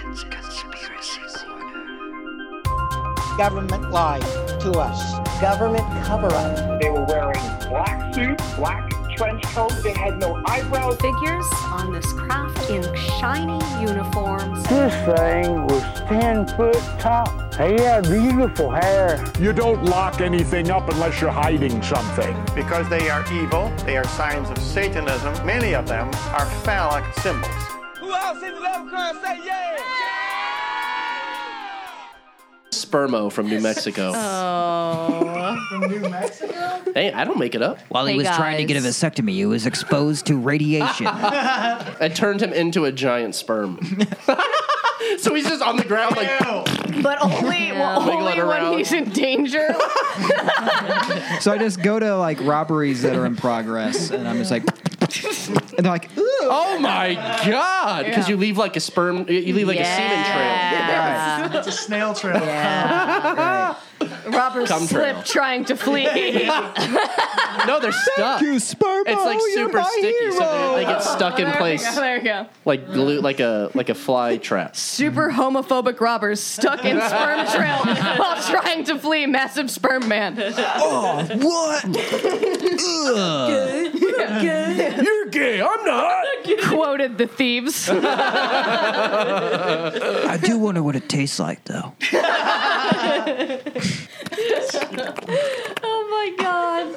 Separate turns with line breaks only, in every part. Conspiracy Corner.
government lied to us.
government cover up.
They were wearing black suits, black trench coats. They had no eyebrows.
figures on this craft in shiny uniforms.
This thing was 10 foot tall. He had beautiful hair.
You don't lock anything up unless you're hiding something.
Because they are evil, they are signs of Satanism. Many of them are phallic symbols.
Spermo from New Mexico.
Oh.
Hey, I don't make it up.
While he
Hey,
was trying to get a
guys.
vasectomy, he was exposed to radiation.
I turned him into a giant sperm. so he's just on the ground like
But only, well,
Wiggle it
only
around.
when he's in danger.
so I just go to like robberies that are in progress, and I'm just like, and they're like, ooh.
Oh my god! Because
Yeah.
you leave like a sperm, you leave like a semen trail.
Yeah.
It's a snail trail.
Robbers
Cum
slip
trail.
trying to flee.
No, they're stuck.
sperm.
It's like super sticky, so they, they get stuck in
there
place,
We go, there we go.
like glue, like a like a fly trap.
Super homophobic robbers stuck in sperm trail while trying to flee massive sperm man.
You're gay. I'm not.
Quoted the thieves.
I do wonder what it tastes like, though.
oh my god.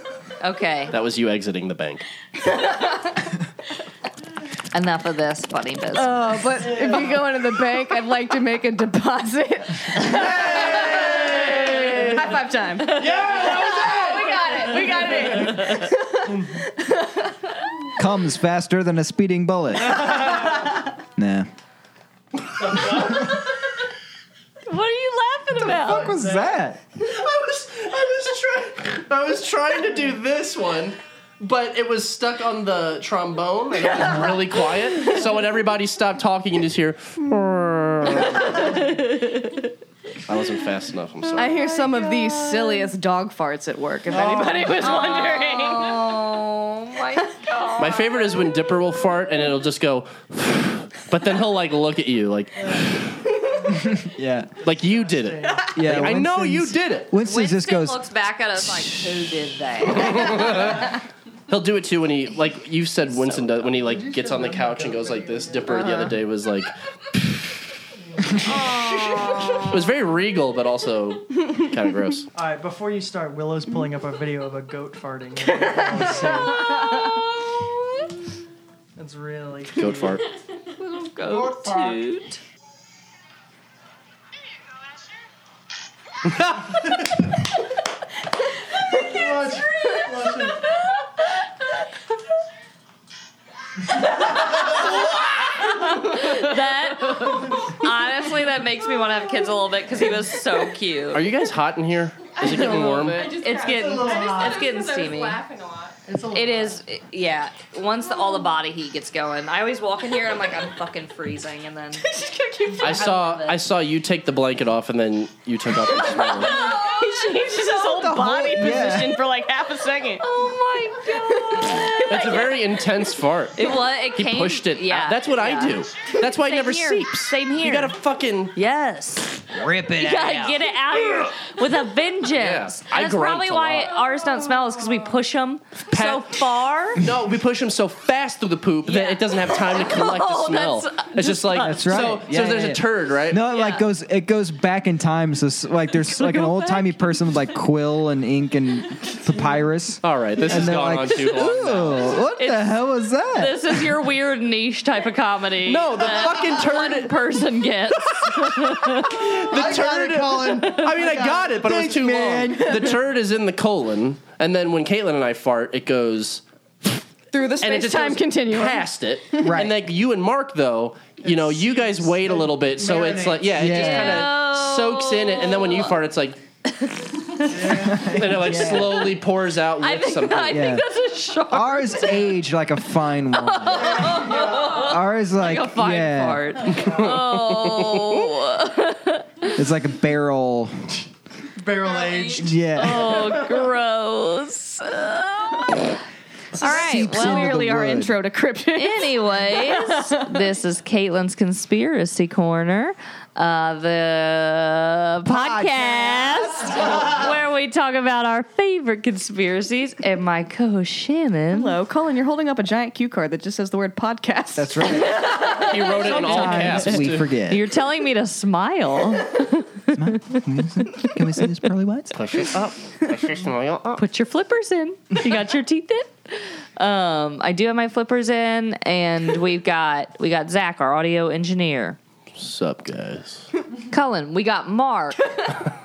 Okay,
That was you exiting the bank.
Enough of this funny business.
Oh, but if you go into the bank, I'd like to make a deposit. High five time. Yeah, that was it. We got it. We got it.
Comes faster than a speeding bullet. nah.
What are you laughing about?
was that?
I was I was trying I was trying to do this one, but it was stuck on the trombone and it was really quiet. So when everybody stopped talking, you just hear. I wasn't fast enough. I'm sorry.
I
Oh
hear some of the silliest dog farts at work. If anybody was wondering.
Oh my god.
My favorite is when Dipper will fart and it'll just go, but then he'll like look at you like
Yeah.
like you did it.
Yeah.
I know you
Winston's-
did it.
Winston's
Winston
just goes.
looks back at us like, who did that?
He'll do it too when he like you said Winston does when he like gets on the couch and goes like this. Dipper the other day was like. it was very regal, but also kind of gross.
All right, before you start, Willow's pulling up a video of a goat farting. That's really cute.
Goat fart.
Goat fart. Watch- watch it.
that honestly, that makes me want to have kids a little bit because he was so cute.
Are you guys hot in here? Is it getting warm?
It's getting it's getting steamy. It is, it- yeah. Once the, all the body heat gets going, I always walk in here and I'm like, I'm fucking freezing, and then
I saw
love it.
I saw you take the blanket off and then you took off your sweater.
He changes his whole body position for like half a second.
oh my god,
It's a very intense fart.
it was. It
He
came,
pushed it.
Yeah,
out. That's what I do. That's why it never
here.
seeps.
Same
You
here.
gotta fucking
Yes,
Rip it
you gotta get it out of here with a vengeance.
I
And
grunt
that's probably
a
why
lot.
ours don't smell is because we push them so
Pat-
far.
No, we push them so fast through the poop that
Yeah.
it doesn't have time to collect the
Oh,
smell.
that's-
it's just like
That's right.
So,
Yeah,
so there's
yeah,
a
yeah.
turd, right?
No, it like
Yeah.
goes it goes back in time. So s- like there's like an old timey person with like quill and ink and papyrus.
All right, this
And
has
they're
gone
like, Oh
on too long. now.
Ooh, what the
It's-
hell was that?
This is your weird niche type of comedy.
No, the
that
fucking
one
turd.
person gets.
The turd. I mean, I got it, but it was
Thanks,
too
man.
long. The turd is in the colon, and then when Caitlin and I fart, it goes
Through the
and it
space
just
time
goes
continuum.
past it.
Right.
And like you and Mark though, you know, you guys wait a little bit, so it's like yeah, it just
Yeah.
kind of soaks in it, and then when you fart, it's like. and it like slowly pours out
I
with
think,
something.
I
Yeah.
think that's a shark.
Ours aged like a fine wine. Ours like,
a fine
yeah,
part. oh,
it's like a barrel.
Barrel aged.
Oh,
Yeah.
oh, gross. All right. Well,
Clearly, our
wood.
intro to cryptic.
anyways, this is Caitlin's conspiracy corner, uh, the podcast, where we talk about our favorite conspiracies. And my co-host Shannon.
Hello, Colin. You're holding up a giant cue card that just says the word podcast.
That's right.
He wrote it in all
Sometimes
caps.
we
too.
forget.
You're telling me to smile.
Can we see this pearly whites?
Put your flippers in. You got your teeth in. Um, I do have my flippers in, and we've got we got Zach, our audio engineer.
Sup, guys?
Cullen, we got Mark.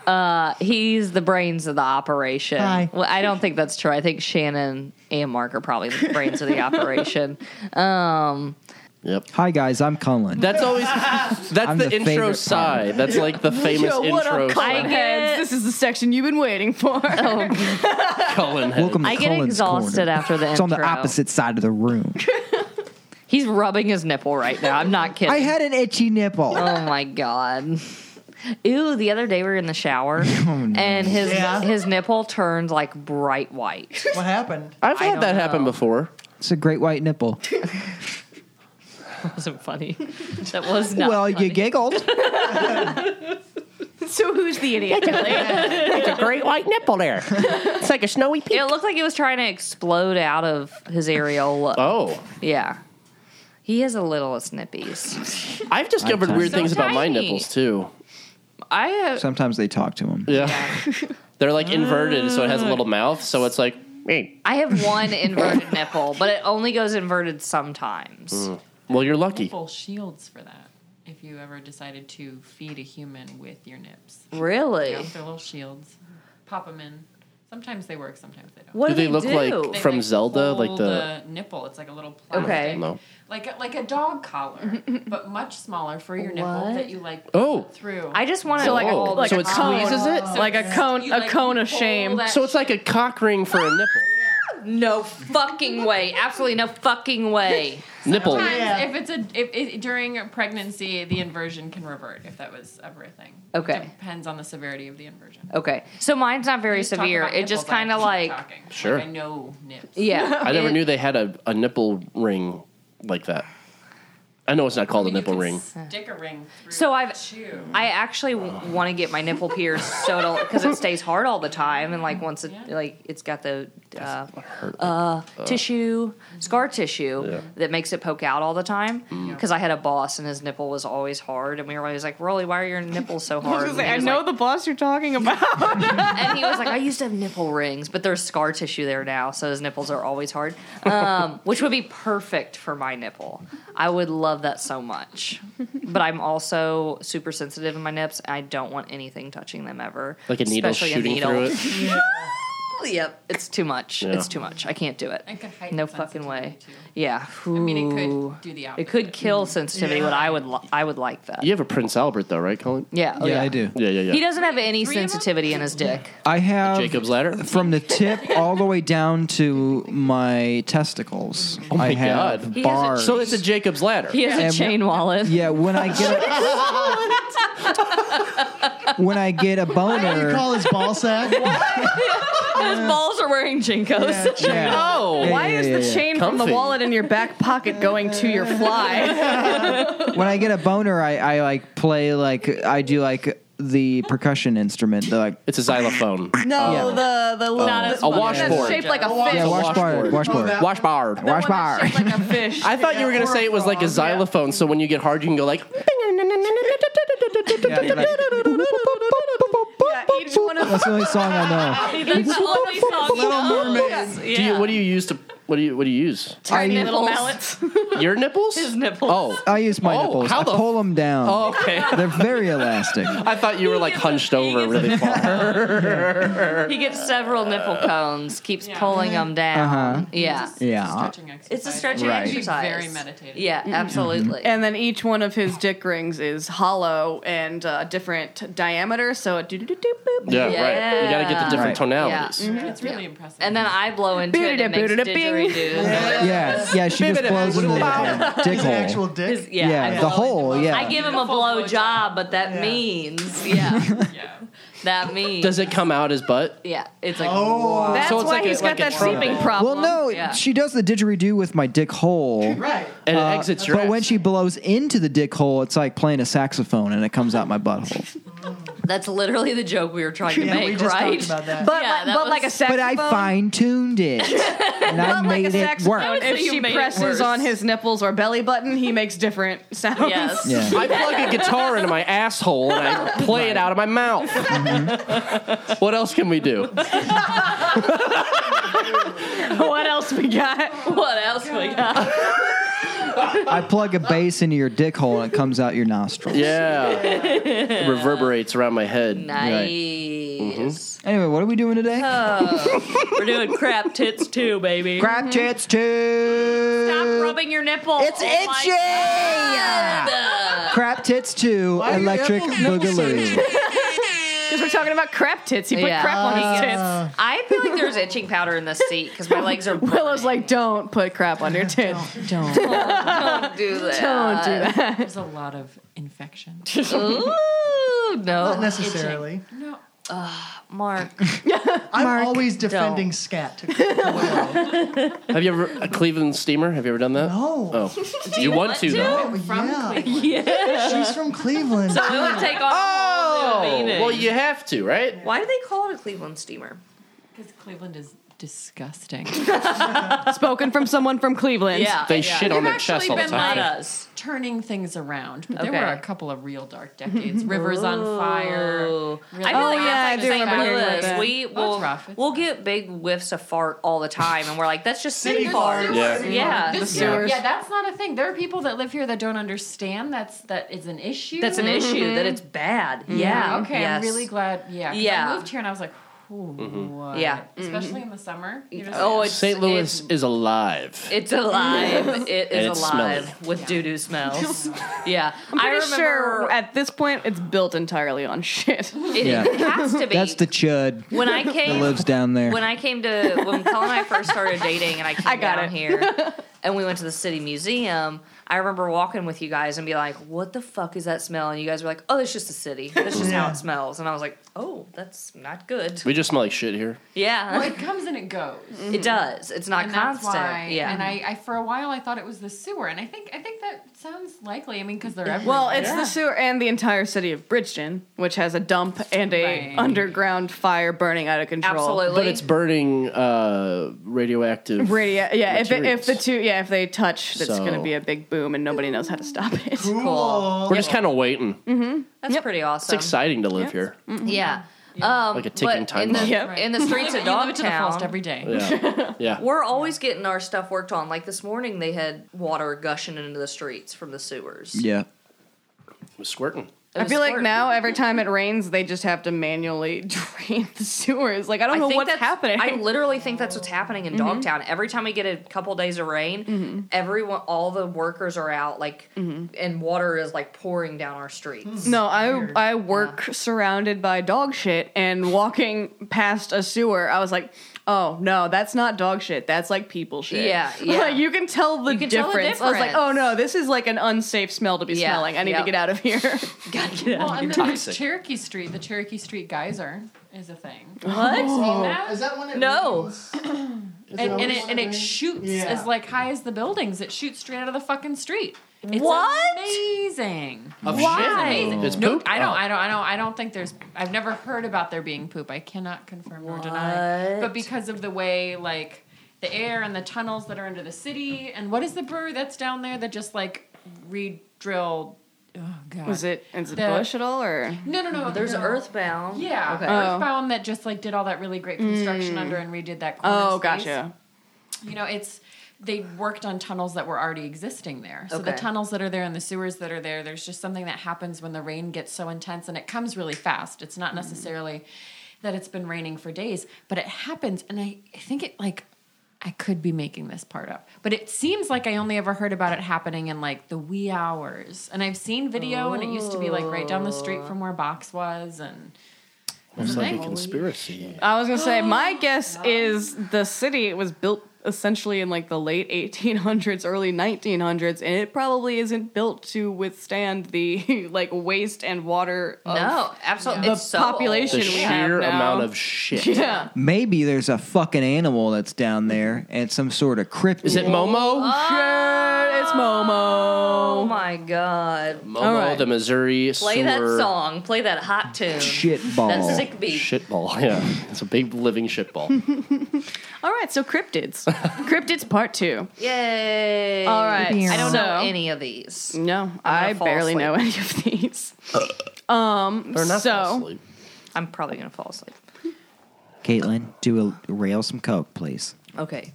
uh, he's the brains of the operation.
Hi.
Well, I don't think that's true. I think Shannon and Mark are probably the brains of the operation. Um,
Hi guys, I'm Cullen.
That's always that's
I'm
the,
the favorite
intro
part.
sigh. That's like the famous
Yo, what
intro.
up,
sigh.
Colin
I
heads?
get-
This is the section you've been waiting for.
Oh,
Cullen had-
Welcome to
I get
Cullen's
exhausted
corner.
after the
It's on the
intro.
opposite side of the room.
he's rubbing his nipple right now. I'm not kidding.
I had an itchy nipple.
Oh my god. Ew, the other day we were in the shower
Oh,
and his
Yeah.
his nipple turned like bright white.
What happened?
I've
I
had
don't
that happen
know.
before.
It's a great white nipple.
That wasn't funny. That was not
well,
funny.
you giggled.
so who's the idiot?
It's a great white nipple there. It's like a snowy peak.
it looked like it was trying to explode out of his areola.
Oh,
Yeah. He has the littlest nippies.
I've discovered weird
So
things about my
tiny.
nipples too.
I have
Sometimes they talk to him.
Yeah, they're like inverted, so it has a little mouth. So it's like hey.
I have one inverted nipple, but it only goes inverted sometimes.
Well, you're lucky.
Full shields for that. If you ever decided to feed a human with your nips,
Really?
they're little shields. Pop them in. Sometimes they work. Sometimes they don't.
What
Do
do,
they look
do?
like from
like,
Zelda? Like
hold
the
the nipple. It's like a little plastic.
Okay.
no.
Like a, like a dog collar, but much smaller for your nipple
What?
that you like
Oh,
through.
I just want to
So like a-
all
like
So
a
it
cone.
squeezes it?
Like a cone,
You,
a
like,
cone of
pull
shame.
that
so it's like a cock ring for a nipple.
no fucking way. Absolutely no fucking way.
Nipple.
Sometimes if it's a if, if, during a pregnancy, the inversion can revert if that was ever a thing.
Okay.
depends on the severity of the inversion.
Okay. So mine's not very
We talk
severe.
about
It just
nipples, I
kind of
keep
like
talking. Like,
Sure.
I know nips.
yeah.
I never
it-
knew they had a, a nipple ring like that. I know it's not called a
You
nipple
can
ring.
Stick a ring. Through
So I've-
chew.
I actually want to get my nipple pierced so it'll because it stays hard all the time and like once it
Yeah.
like it's got the uh,
Hurt.
tissue scar tissue
Yeah.
that makes it poke out all the time because I had a boss and his nipple was always hard and we were always like Rolly why are your nipples so hard and,
I
he was
know
like-
the boss you're talking about.
and he was like I used to have nipple rings but there's scar tissue there now so his nipples are always hard um, which would be perfect for my nipple I would love that so much but I'm also super sensitive in my nips and I don't want anything touching them ever
like a needle
especially
shooting
needle.
through it.
Yep, it's too much.
Yeah.
It's too much. I can't do it.
It could heighten
no fucking way.
sensitivity,
Yeah.
I mean, it
Ooh.
could do the opposite.
It could kill sensitivity, but I would li- I would like that.
You have a Prince Albert though, right, Colin?
Yeah. oh,
yeah, I do.
Yeah, yeah, yeah.
He doesn't have any
Three of 'em?
sensitivity in his dick.
I have
Jacob's ladder.
from the tip all the way down to my testicles. Oh
my
I have
God.
bars.
So it's a Jacob's ladder.
He has a
And-
chain wallet.
yeah, when I get a, when I get a boner,
his ball sack?
His balls are wearing jinkos.
yeah.
Oh,
Why
yeah,
is
yeah,
the
yeah.
chain from
Comfy.
the wallet in your back pocket going to your fly?
when I get a boner, I, I like play like I do like the percussion instrument. They're like
it's a xylophone.
No,
Yeah.
the the little
Not as A funny. washboard.
shaped like a fish.
yeah,
a
washboard, washboard, washboard.
Washboard.
Shaped like a fish.
I thought you were gonna say it was like a xylophone, so when you get hard, you can go like.
Yeah, they're like-
Yeah, each one of
That's the only song I know.
That's the only song he knows.
Do you, what do you use to? What do you? What do you use?
I, use-
little mallets.
Your nipples?
His nipples.
Oh.
I use my
Oh,
nipples.
how
I
the-
pull them down.
Oh, Uh-huh. okay.
They're very elastic.
I thought you were like hunched over really far.
He gets several nipple cones, keeps pulling them down.
Oh. Uh-huh.
Yeah.
Yeah.
It's a stretching
Right.
It'd be
exercise.
very meditative.
Yeah, absolutely.
And then each one of his dick rings Mm-hmm. is hollow and uh, different diameter. So do do do do boop.
Yeah, right. You gotta get the different
Right.
tonalities.
Mm-hmm.
It's really impressive.
And then I blow into it and it makes
Bing.
didgeridoos.
Yeah, yeah. She just blows in the dick hole.
His-
Yeah,
I blow
the
into
hole. Yeah,
I give him a blow job, but that means yeah.
yeah.
that means.
Does it come out his butt?
Yeah, it's like.
Oh.
That's
So it's
why
like a-
he's got
like a
that sleeping problem.
Well, no,
Yeah.
she does the didgeridoo with my dick hole. Uh,
Right. And it exits your
But
ass.
when she blows into the dick hole, it's like playing a saxophone and it comes out my butthole.
That's literally the joke we were trying to
Yeah,
make,
we just
right?
talked about that.
But,
Yeah,
li-
that
but
was-
like a
but
saxophone.
I fine tuned it and I
but like
made
a
it
saxophone,
work.
if
say you
she
made it worse.
presses on his nipples or belly button, he makes different sounds.
Yes.
Yeah.
I plug a guitar into my asshole and I play it out of my mouth. what else can we do?
what else we got?
What else
Oh
we got?
I plug a bass into your dick hole and it comes out your nostrils.
Yeah. It reverberates around my head.
Nice.
Mm-hmm.
Anyway, what are we doing today?
Uh,
We're doing crap tits too, baby.
Crab chits too.
Mm-hmm. Stop rubbing your nipple.
It's
Oh my
itchy. Crap tits too.
are your
Electric
nipples- nipples
boogaloo. Uh,
Because we're talking about crap tits. He put
Yeah.
crap on his tits.
I feel like there's itching powder in this seat because my legs are.
Willow's like, don't put crap on your tits.
don't, don't do that.
Don't do that.
There's a lot of infection.
Ooh,
Not
no,
necessarily.
no.
Mark.
I'm always defending scat.
Have you ever a Cleveland steamer? Have you ever done that?
No.
Oh, you, want, to, though?
Oh,
From
yeah.
Cleveland.
She's from Cleveland.
It would take on.
Oh, well, you have to, right?
Why do they call it a Cleveland steamer?
Because Cleveland is disgusting.
Spoken from someone from Cleveland.
They shit on their chest all the
been
time.
like
does.
turning things around, but there
Okay.
were a couple of real dark decades. Rivers on fire.
Oh, I
Really?
feel
Oh,
like
yeah,
that's
I do
like
remember
St.
hearing about
Louis.
that.
We
Well,
will
it's rough. It's
we'll get big whiffs of fart all the time, and we're like, that's just
City
city fart.
farts.
Yeah.
Yeah,
This-
the
yeah,
sewers.
yeah, that's not a thing. There are people that live here that don't understand that's that is an issue.
That's an issue. That it's bad. Yeah.
Mm-hmm. Okay, I'm
Yes.
really glad. Yeah, 'cause
Yeah.
I moved here and I was like,
Mm-hmm.
ooh, what?
Yeah.
especially in the summer. You're just
Oh,
like,
it's
St. Louis
It,
is alive.
it's alive. It is
And it's
alive
smelly.
with doo doo smells. yeah, I'm
I remember
remember.
at this point it's built entirely on shit.
it,
Yeah.
it has to be.
That's the chud
when I
that
came
lives down there.
when I came to when Colin and I first started dating, and I came
I got
down
it.
here, and we went to the city museum. I remember walking with you guys and be like, "What the fuck is that smell?" And you guys were like, "Oh, it's just the city. That's just how
Yeah.
it smells." And I was like, "Oh, that's not good."
We just smell like shit here.
Yeah,
well, it comes and it goes.
Mm-hmm.
it does. It's not
and
constant.
That's why,
yeah,
And I, I, for a while, I thought it was the sewer, and I think, I think that sounds likely. I mean, because they're everywhere.
Well, it's the sewer and the entire city of Bridgeton, which has a dump and a
Right.
underground fire burning out of control.
absolutely.
But it's burning uh, radioactive.
Radio, yeah. If, it, if the
Materials.
two, yeah, if they touch, that's
So-
going to be a big boom, and nobody knows how to stop it.
cool.
We're just kind of waiting.
Mm-hmm.
That's pretty
It's
awesome.
exciting to live here.
Yeah. Um,
Like a ticking
but
time
in the,
bomb.
Yep.
in the streets of
You live it to the
Dogtown.
fullest every day.
Yeah. yeah.
We're always getting our stuff worked on. Like this morning, they had water gushing into the streets from the sewers.
yeah.
We're squirting.
It
I
was
feel like
squirt.
now every time it rains, they just have to manually drain the sewers. Like I don't
I
know
think
what's
that's-
happening. Mm-hmm.
I literally think that's what's happening in Dogtown. Every time we get a couple days of rain, everyone, all the workers are out, like, and water is like pouring down our streets.
Mm-hmm. No, I I work surrounded by dog shit and walking past a sewer, I was like, oh no, that's not dog shit. That's like people shit.
Yeah, yeah.
Like, you can tell the,
can tell
difference.
the
I was like, oh
difference.
no, this is like an unsafe smell to be
Yeah,
smelling. I need
yep.
to get out of here.
Well, and then there's
Toxic.
Cherokee Street. The Cherokee Street geyser is a thing.
What?
Oh, is that when it
No.
rains? Is
And, and,
always
it, and it
rain?
shoots
Yeah.
as like high as the buildings. It shoots straight out of the fucking street. It's
What?
Amazing.
Of
Why?
shit? It's
No,
poop?
I
Oh.
don't. I don't. I don't. I don't think there's. I've never heard about there being poop. I cannot confirm nor deny. But because of the way, like the air and the tunnels that are under the city, and what is the brewery that's down there that just like re-drilled? Oh god.
Was it is it
The-
bush at all or
No, no, no.
There's
no.
Earthbound. Oh.
Yeah,
Okay.
Earthbound that just like did all that really great construction under and redid that. Corner
Oh
space.
gotcha.
You know, it's they worked on tunnels that were already existing there. So the
Okay.
tunnels that are there and the sewers that are there, there's just something that happens when the rain gets so intense and it comes really fast. It's not necessarily that it's been raining for days, but it happens, and I, I think it like. I could be making this part up, but it seems like I only ever heard about it happening in like the wee hours. And I've seen video,
Oh.
and it used to be like right down the street from where Box was, and
It's like a conspiracy.
Oh
I was gonna say my guess is the city was built
essentially in like the late 1800s, early 1900s, and it probably isn't built to withstand the like waste and water. Of
No, absolutely.
The
It's so old.
population
The
we
sheer
have now.
amount
of shit.
Yeah.
Maybe there's a fucking animal that's down there and some sort of crypt.
Is it Momo? Shit, it's Momo.
Oh my god.
Momo, the Missouri
Play
sewer.
that song. Play that hot tune.
Shitball.
Oh,
That sick beat.
Shitball, yeah. It's a big living shitball.
All right, so cryptids. cryptids part two.
Yay.
All right.
I don't know
so-
any of these.
No,
gonna
I
fall
barely
asleep.
know any of these. um,
Better not
so
fall asleep. I'm probably going to fall asleep.
Caitlin, do a rail some coke, please.
Okay.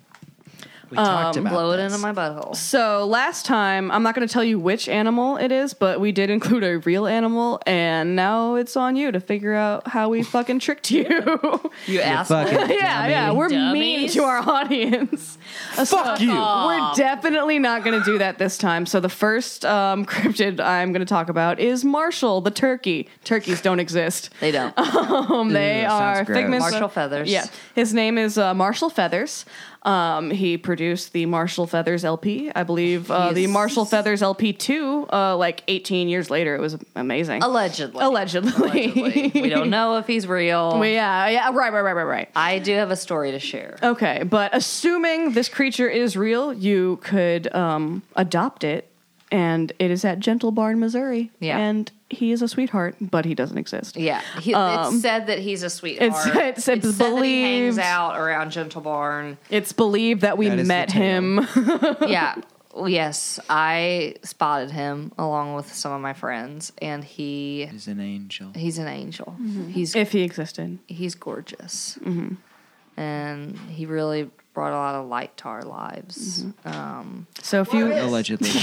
Um,
We talked about
blow it
this.
into my butthole.
So last time, I'm not going to tell you which animal it is, but we did include a real animal, and now it's on you to figure out how we fucking tricked you.
You
asshole.
fucking
yeah, yeah,
dummy.
we're mean
Dummies.
to our audience. Uh,
Fuck you.
We're definitely not going to do that this time. So the first um, cryptid I'm going to talk about is Marshall the turkey. Turkeys don't exist.
They don't.
Um, they
Ew, sounds
are
gross.
figments.
Marshall
of-
Feathers.
Yeah, his name is uh, Marshall Feathers. Um, he produced the Marshall Feathers LP, I believe. Uh, the
Yes.
Marshall Feathers LP two, uh, like 18 years later, it was amazing.
Allegedly.
Allegedly,
we don't know if he's real.
Well, yeah, yeah, right, right, right, right, right.
I do have a story to share.
Okay, but assuming this creature is real, you could um, adopt it, and it is at Gentle Barn, Missouri.
Yeah.
and he is a sweetheart, but he doesn't exist.
Yeah, he,
Um,
it's said that he's a sweetheart.
it's- it's
said that he hangs
believed-
out around Gentle Barn.
It's believed that we
That is the
met him.
yeah. Well, Yes, I spotted him along with some of my friends, and he
is an angel.
He's an angel.
Mhm.
He's
if he existed.
he's gorgeous,
Mhm.
and he really brought a lot of light to our lives.
Mm-hmm.
Um,
So if you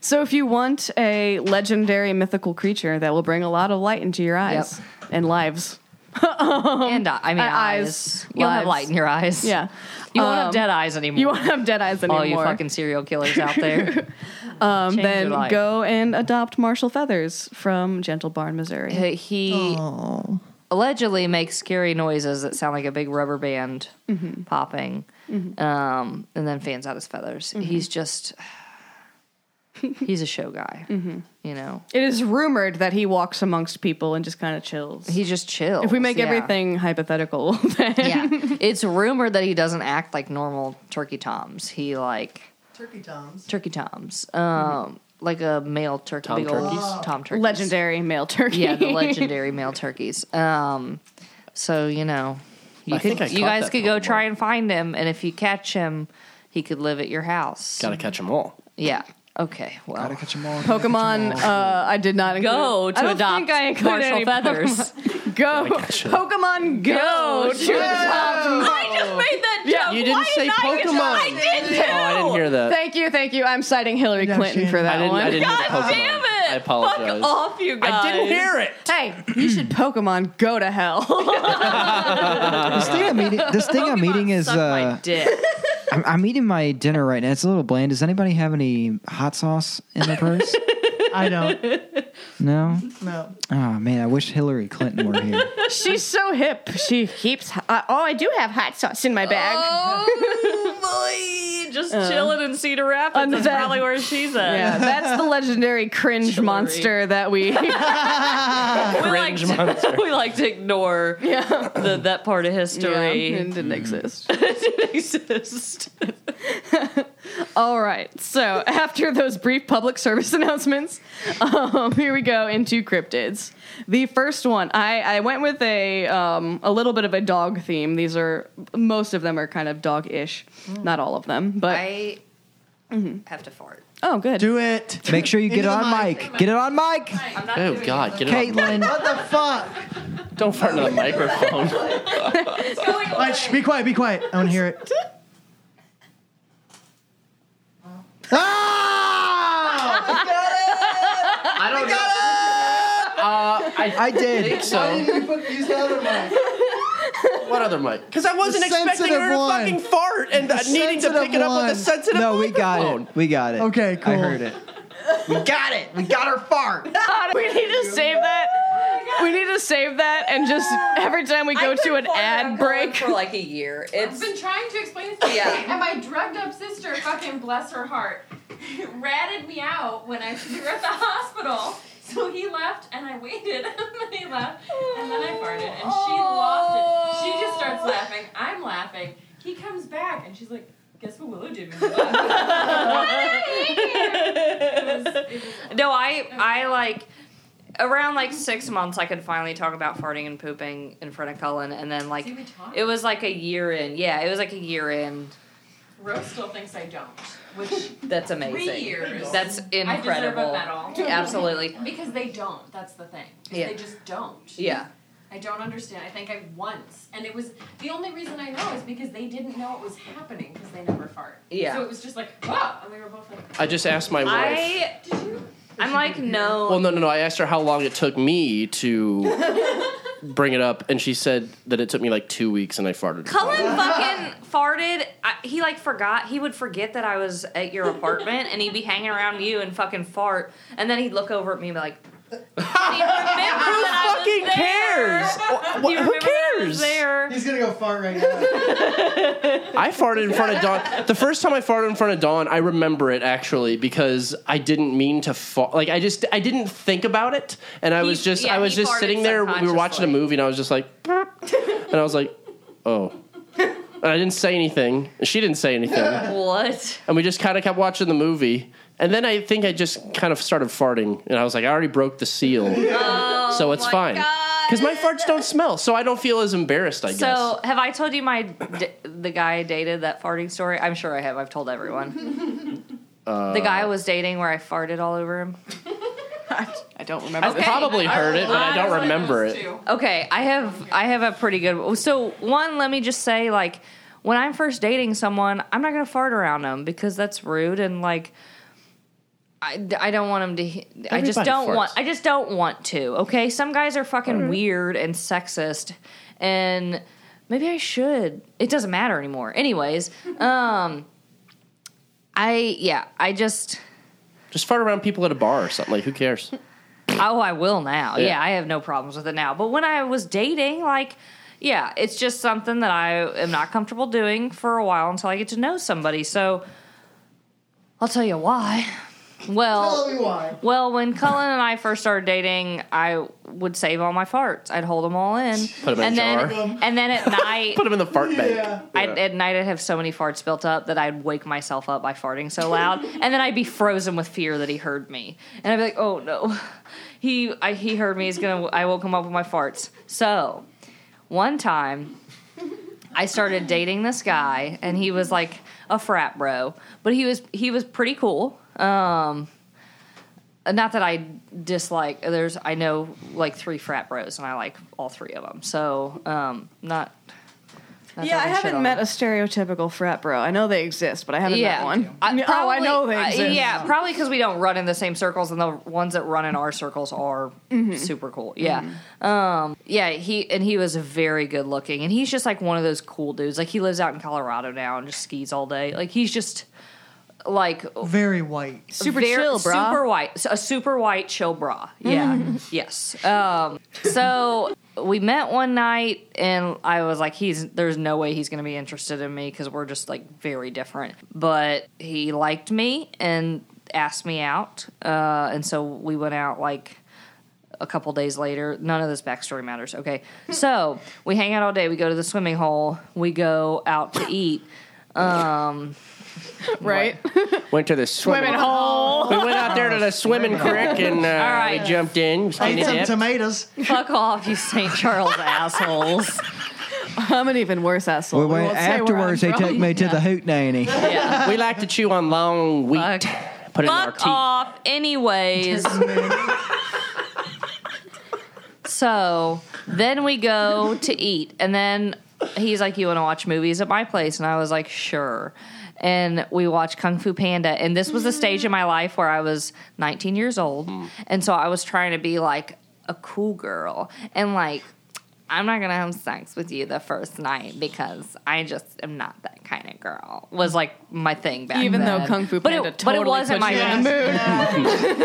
so if you want a legendary mythical creature that will bring a lot of light into your eyes and lives.
and uh, I, I mean eyes. You don't have light in your eyes.
Yeah.
You won't have
Um,
dead eyes anymore.
You won't have dead eyes anymore.
all you fucking serial killers out there.
um,
Change your
then
life.
go and adopt Marshall Feathers from Gentle Barn, Missouri.
Uh, he allegedly makes scary noises that sound like a big rubber band
Mhm.
popping,
Mhm.
um, and then fans out his feathers.
Mm-hmm.
He's just he's a show guy,
Mhm.
you know.
It is rumored that he walks amongst people and just kind of chills.
He just chills.
If we make
yeah.
everything hypothetical, then
yeah, it's rumored that he doesn't act like normal turkey toms. He like
Turkey toms.
turkey toms, um, like a male turkey,
Tom
big old
Oh.
turkeys?
tom turkeys,
legendary male turkey.
Yeah, the legendary male turkeys. Um, so you know, you
I think I
could, you
caught
guys
that
could go try and find him, and if you catch him, he could live at your house.
Gotta catch them all.
Yeah. Okay. Well, gotta
catch them all.
Pokemon, uh, I did not include.
Go
I
to
don't think
adopt
I included
Marshall
any
Feathers.
Pokemon. go,
gotcha.
Pokemon, go,
Go
to
to
adopt.
adopt.
I just
made that
joke.
You didn't say Pokemon.
I did too.
Oh, I didn't hear that.
Thank you, thank you. I'm citing Hillary Clinton for that
I didn't,
one.
I didn't hear the Pokemon. I apologize.
you
I didn't hear it.
Hey, you should Pokemon go to hell.
this thing I'm eating. This thing I'm eating is. Uh,
dick.
I'm, I'm eating my dinner right now. It's a little bland. Does anybody have any hot sauce in their purse?
I don't.
No.
No.
Oh man, I wish Hillary Clinton were here.
She's so hip. She keeps. Uh, oh, I do have hot sauce in my bag.
Oh boy, just
Uh,
chilling in Cedar Rapids. That's
that-
probably where she's at.
Yeah, that's the legendary cringe monster that we.
we like to,
Oh,
we like to ignore the, that part of history.
Yeah, it didn't exist. didn't
exist.
All right. So after those brief public service announcements, um, here we go into cryptids. The first one, I, I went with a um, a little bit of a dog theme. These are most of them are kind of dog-ish, not all of them, but
I
Mm-hmm.
Mm-hmm. have to fart.
oh, good. Do
it.
uh, Make sure you get it on mic. Get it on mic.
I'm not
Oh God, get it on.
Caitlin.
What the fuck?
Don't fart into the microphone.
All right, shh, be quiet, be quiet. I want to hear it.
Ah!
I don't know. Uh, I,
I did.
Think so.
you put, use the other mic?
What other mic? Because I wasn't
The
expecting
sensitive
her to
one.
fucking fart and
The
uh, needing to
sensitive
pick it up
one.
with a sensitive.
No, we got it. We got it.
Okay, cool.
I heard it.
We got it. We got her fart.
we need to save that. We need to
to save that, and just every time we go to an ad break
for like a year.
I've been trying to explain this to
Yeah.
yeah. and my drugged up sister, fucking bless her heart, ratted me out when I we were at the hospital. So he left, and I waited, and then he left, and then I farted, and she lost it. She just starts
Oh.
laughing. I'm laughing. He comes back, and she's like, "Guess what Willow did?" When you left?"
no, I I like around like six months I could finally talk about farting and pooping in front of Cullen and then like
See, we talked.
it was like a year in. Yeah, it was like a year in.
Rose still thinks I don't, which
That's amazing.
Three years.
That's
I deserve
incredible.
a medal.
Absolutely.
Because they don't. That's the thing. 'Cause
Yeah.
They just don't.
Yeah.
I don't understand. I think I once, and it was the only reason I know is because they didn't know it was happening because they never fart.
Yeah.
So it was just like, wow, and we were both like,
I just asked my wife.
I I'm like no.
Well, no, no, no. I asked her how long it took me to bring it up, and she said that it took me like two weeks, and I farted.
Cullen fucking farted. I, he like forgot. He would forget that I was at your apartment, and he'd be hanging around you and fucking fart, and then he'd look over at me and be like,
Who
fucking
cares? Wh- wh- who cares?
He's gonna go fart right now.
I farted in front of Dawn. The first time I farted in front of Dawn, I remember it actually because I didn't mean to fart. Like I just I didn't think about it, and I was just
yeah,
I was
he
just
farted
sitting there. We were watching a movie, and I was just like, and I was like, oh, and I didn't say anything. and She didn't say anything.
"What?"
and we just kind of kept watching the movie. And then I think I just kind of started farting, and I was like, I already broke the seal,
Oh
so it's fine. Because my farts don't smell, so I don't feel as embarrassed. I guess.
So have I told you my d- the guy I dated that farting story? I'm sure I have. I've told everyone.
Uh,
the guy I was dating where I farted all over him.
I don't
remember. I've probably heard it, but I don't remember it.
Okay, I have I have a pretty good. So one, let me just say, like, when I'm first dating someone, I'm not gonna fart around them because that's rude and like, I, I don't want them to. he- I just
Everybody
don't
farts.
want. I just don't want to. Okay, some guys are fucking
Mhm.
weird and sexist, and maybe I should. It doesn't matter anymore. Anyways, um, I yeah, I just.
Just fart around people at a bar or something. Like, who cares?
Oh, I will now. Yeah.
Yeah.
I have no problems with it now. But when I was dating, like, yeah, it's just something that I am not comfortable doing for a while until I get to know somebody. So I'll tell you why. Well,
Tell me why.
Well, when Cullen and I first started dating, I would save all my farts. I'd hold them all in,
Put 'em in
and
a
then
jar.
and then at night,
Put them in the fart bank. Yeah.
I'd, at night, I'd have so many farts built up that I'd wake myself up by farting so loud, and then I'd be frozen with fear that he heard me, and I'd be like, "Oh no, he I, he heard me. He's gonna. I woke him up with my farts." So, one time, I started dating this guy, and he was like a frat bro, but he was he was pretty cool. Um, not that I dislike. There's I know like three frat bros, and I like all three of them. So, um, not. not
yeah, I
talking shit
haven't
on
met a stereotypical frat bro. I know they exist, but I haven't met one.
I,
No, oh, I
probably-
know they
I-
exist.
yeah, probably because we don't run in the same circles, and the ones that run in our circles are
Mhm.
super cool. Yeah,
Mm-hmm.
um, yeah. He and he was very good looking, and he's just like one of those cool dudes. Like he lives out in Colorado now and just skis all day. Like he's just like
Very white.
very- Super white, a super white chill bra. Yeah. yes. Um, so we met one night, and I was like, "He's there's no way he's gonna be interested in me because we're just like very different." But he liked me and asked me out, uh, and so we went out like a couple days later. None of this backstory matters. Okay. So we hang out all day. We go to the swimming hole. We go out to eat. Um, right.
Went to the
Swimming hole.
We went out there to the swimming creek and uh,
All right.
we jumped in.
Ate some
tomatoes.
Fuck off, you St. Charles assholes.
I'm an even worse asshole.
Well,
We
when-
won't say where I'm
afterwards, they
from.
took me to the hoot nanny.
Yeah.
We like to chew on long wheat. Put it in our
Fuck
teeth.
off, anyways. so then we go to eat, and then he's like, "You want to watch movies at my place?" And I was like, "Sure." And we watched Kung Fu Panda, and this was a stage in my life where I was 19 years old,
Hmm.
and so I was trying to be like a cool girl and like. I'm not gonna have sex with you the first night because I just am not that kind of girl. Was like my thing back
Even
then.
though Kung Fu
But it-
Panda
but it
totally
wasn't
puts
my
you in the mood.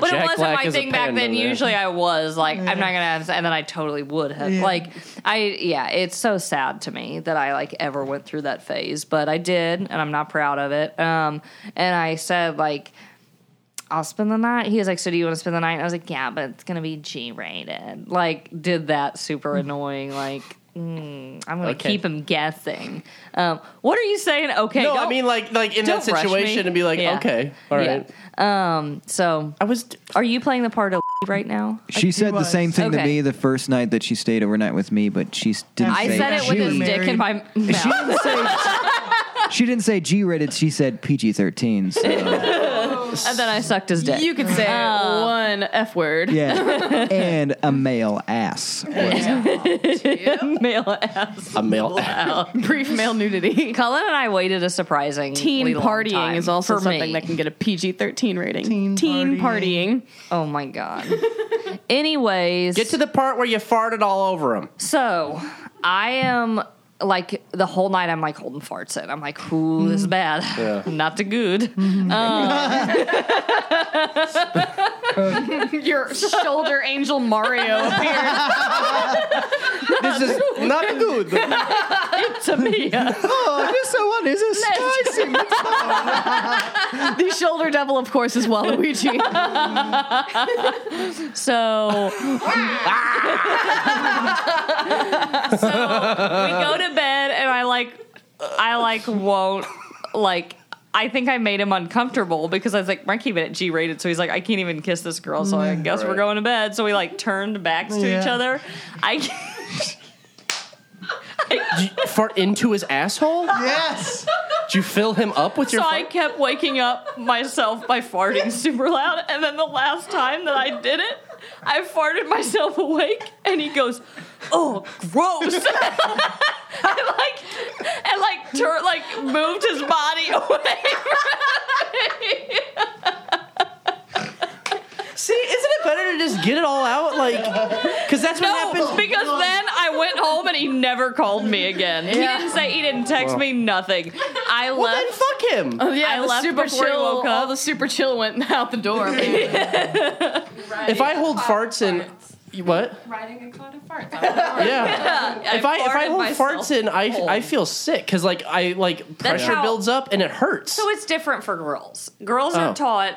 But
Jack
it wasn't
Black
my
is a
thing back
panda,
then.
man.
Usually I was like, I'm not gonna have, and then I totally would have.
Yeah.
Like, I yeah, it's so sad to me that I like ever went through that phase, but I did, and I'm not proud of it. Um, and I said like. I'll spend the night. He was like, "So do you want to spend the night?" I was like, "Yeah, but it's gonna be G rated." Like, did that super annoying. Like, mm, I'm gonna
Okay.
keep him guessing. Um, what are you saying? Okay,
no, I
don't-
mean like like in that
don't rush me.
situation and be like,
Yeah.
okay, all
Yeah.
right.
Um. So
I was.
Are you playing the part of right now?
She said the same thing to
Okay.
me the first night that she stayed overnight with me, but she s- didn't
I
say
said it with
G.
his dick in my mouth.
She didn't say G rated, she said PG 13. So.
and then I sucked his dick.
You could say
Oh.
one f word.
Yeah. And a male ass.
male ass.
A male
ass.
Brief male nudity.
Colin and I waited a surprising
Teen partying is also something that can get a PG thirteen rating. Teen, partying.
Oh my god. Anyways,
get to the part where you farted all over him.
So I am like the whole night I'm like holding farts in. I'm like, ooh, this is bad. Not too good. Um,
Your shoulder angel Mario
this is not good.
it's a me.
oh,
this one is a
spicy. the shoulder devil, of course, is Waluigi.
so so we go to bed and I like I like won't like I think I made him uncomfortable because I was like, Mark even at G rated, so he's like, I can't even kiss this girl, so I
Mm.
guess we're
Right.
going to bed. So we like turned backs to each
Yeah.
other. I
Did you fart into his asshole? Yes. Did you fill him up with your?
so I kept waking up myself by farting super loud, and then the last time that I did it, I farted myself awake, and he goes, "Oh, gross!" I like and like tur- like moved his body away.
See, isn't it better to just get it all out? Like, because that's what
no,
happens.
because then I went home and he never called me again. He
Yeah.
didn't say he didn't text
Wow.
me nothing. I
Well,
left.
then fuck him.
Oh, yeah,
I
the
left
super
before he
chill-
woke
All
up.
the super chill went out the door.
If I hold farts in, you- what?
Riding a cloud of farts.
Yeah. if I if I hold farts in, I I feel sick because like I like
That's
pressure
how-
builds up and it hurts.
So it's different for girls. Girls
Oh.
are taught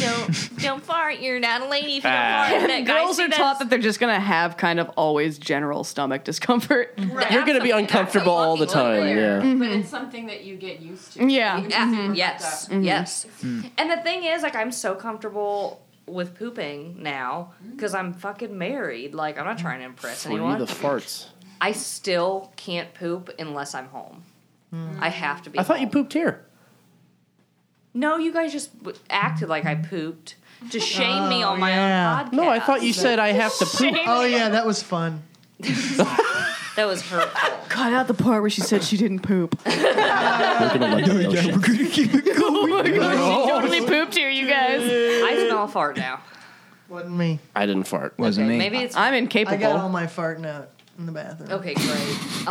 don't don't fart. You're not a lady if you don't
Ah.
fart. That guy
Girls are
said
taught that they're just gonna have kind of always general stomach discomfort.
You're gonna be uncomfortable all the time. Yeah.
But it's something that you get used to.
Mm-hmm. Yeah. Mm-hmm.
You get
Yeah.
used to
Yes.
that. Mm-hmm.
Yes.
Mm.
And the thing is, like, I'm so comfortable with pooping now because I'm fucking married. Like, I'm not trying to impress
Free
anyone.
the farts.
I still can't poop unless I'm home.
Hmm.
I have to be.
I thought you pooped here.
No, you guys just w- acted like I pooped to shame me on my own podcast.
No,
Oh, I thought you said I have to poop.
Oh yeah, that was fun.
That was hurtful.
Cut out the part where she said she didn't poop.
Oh
she
totally pooped here, you guys.
I smell fart now.
Wasn't me.
I didn't fart.
Wasn't
me. maybe it's-
I'm
I
incapable.
got all my farting out in the bathroom.
Okay, great.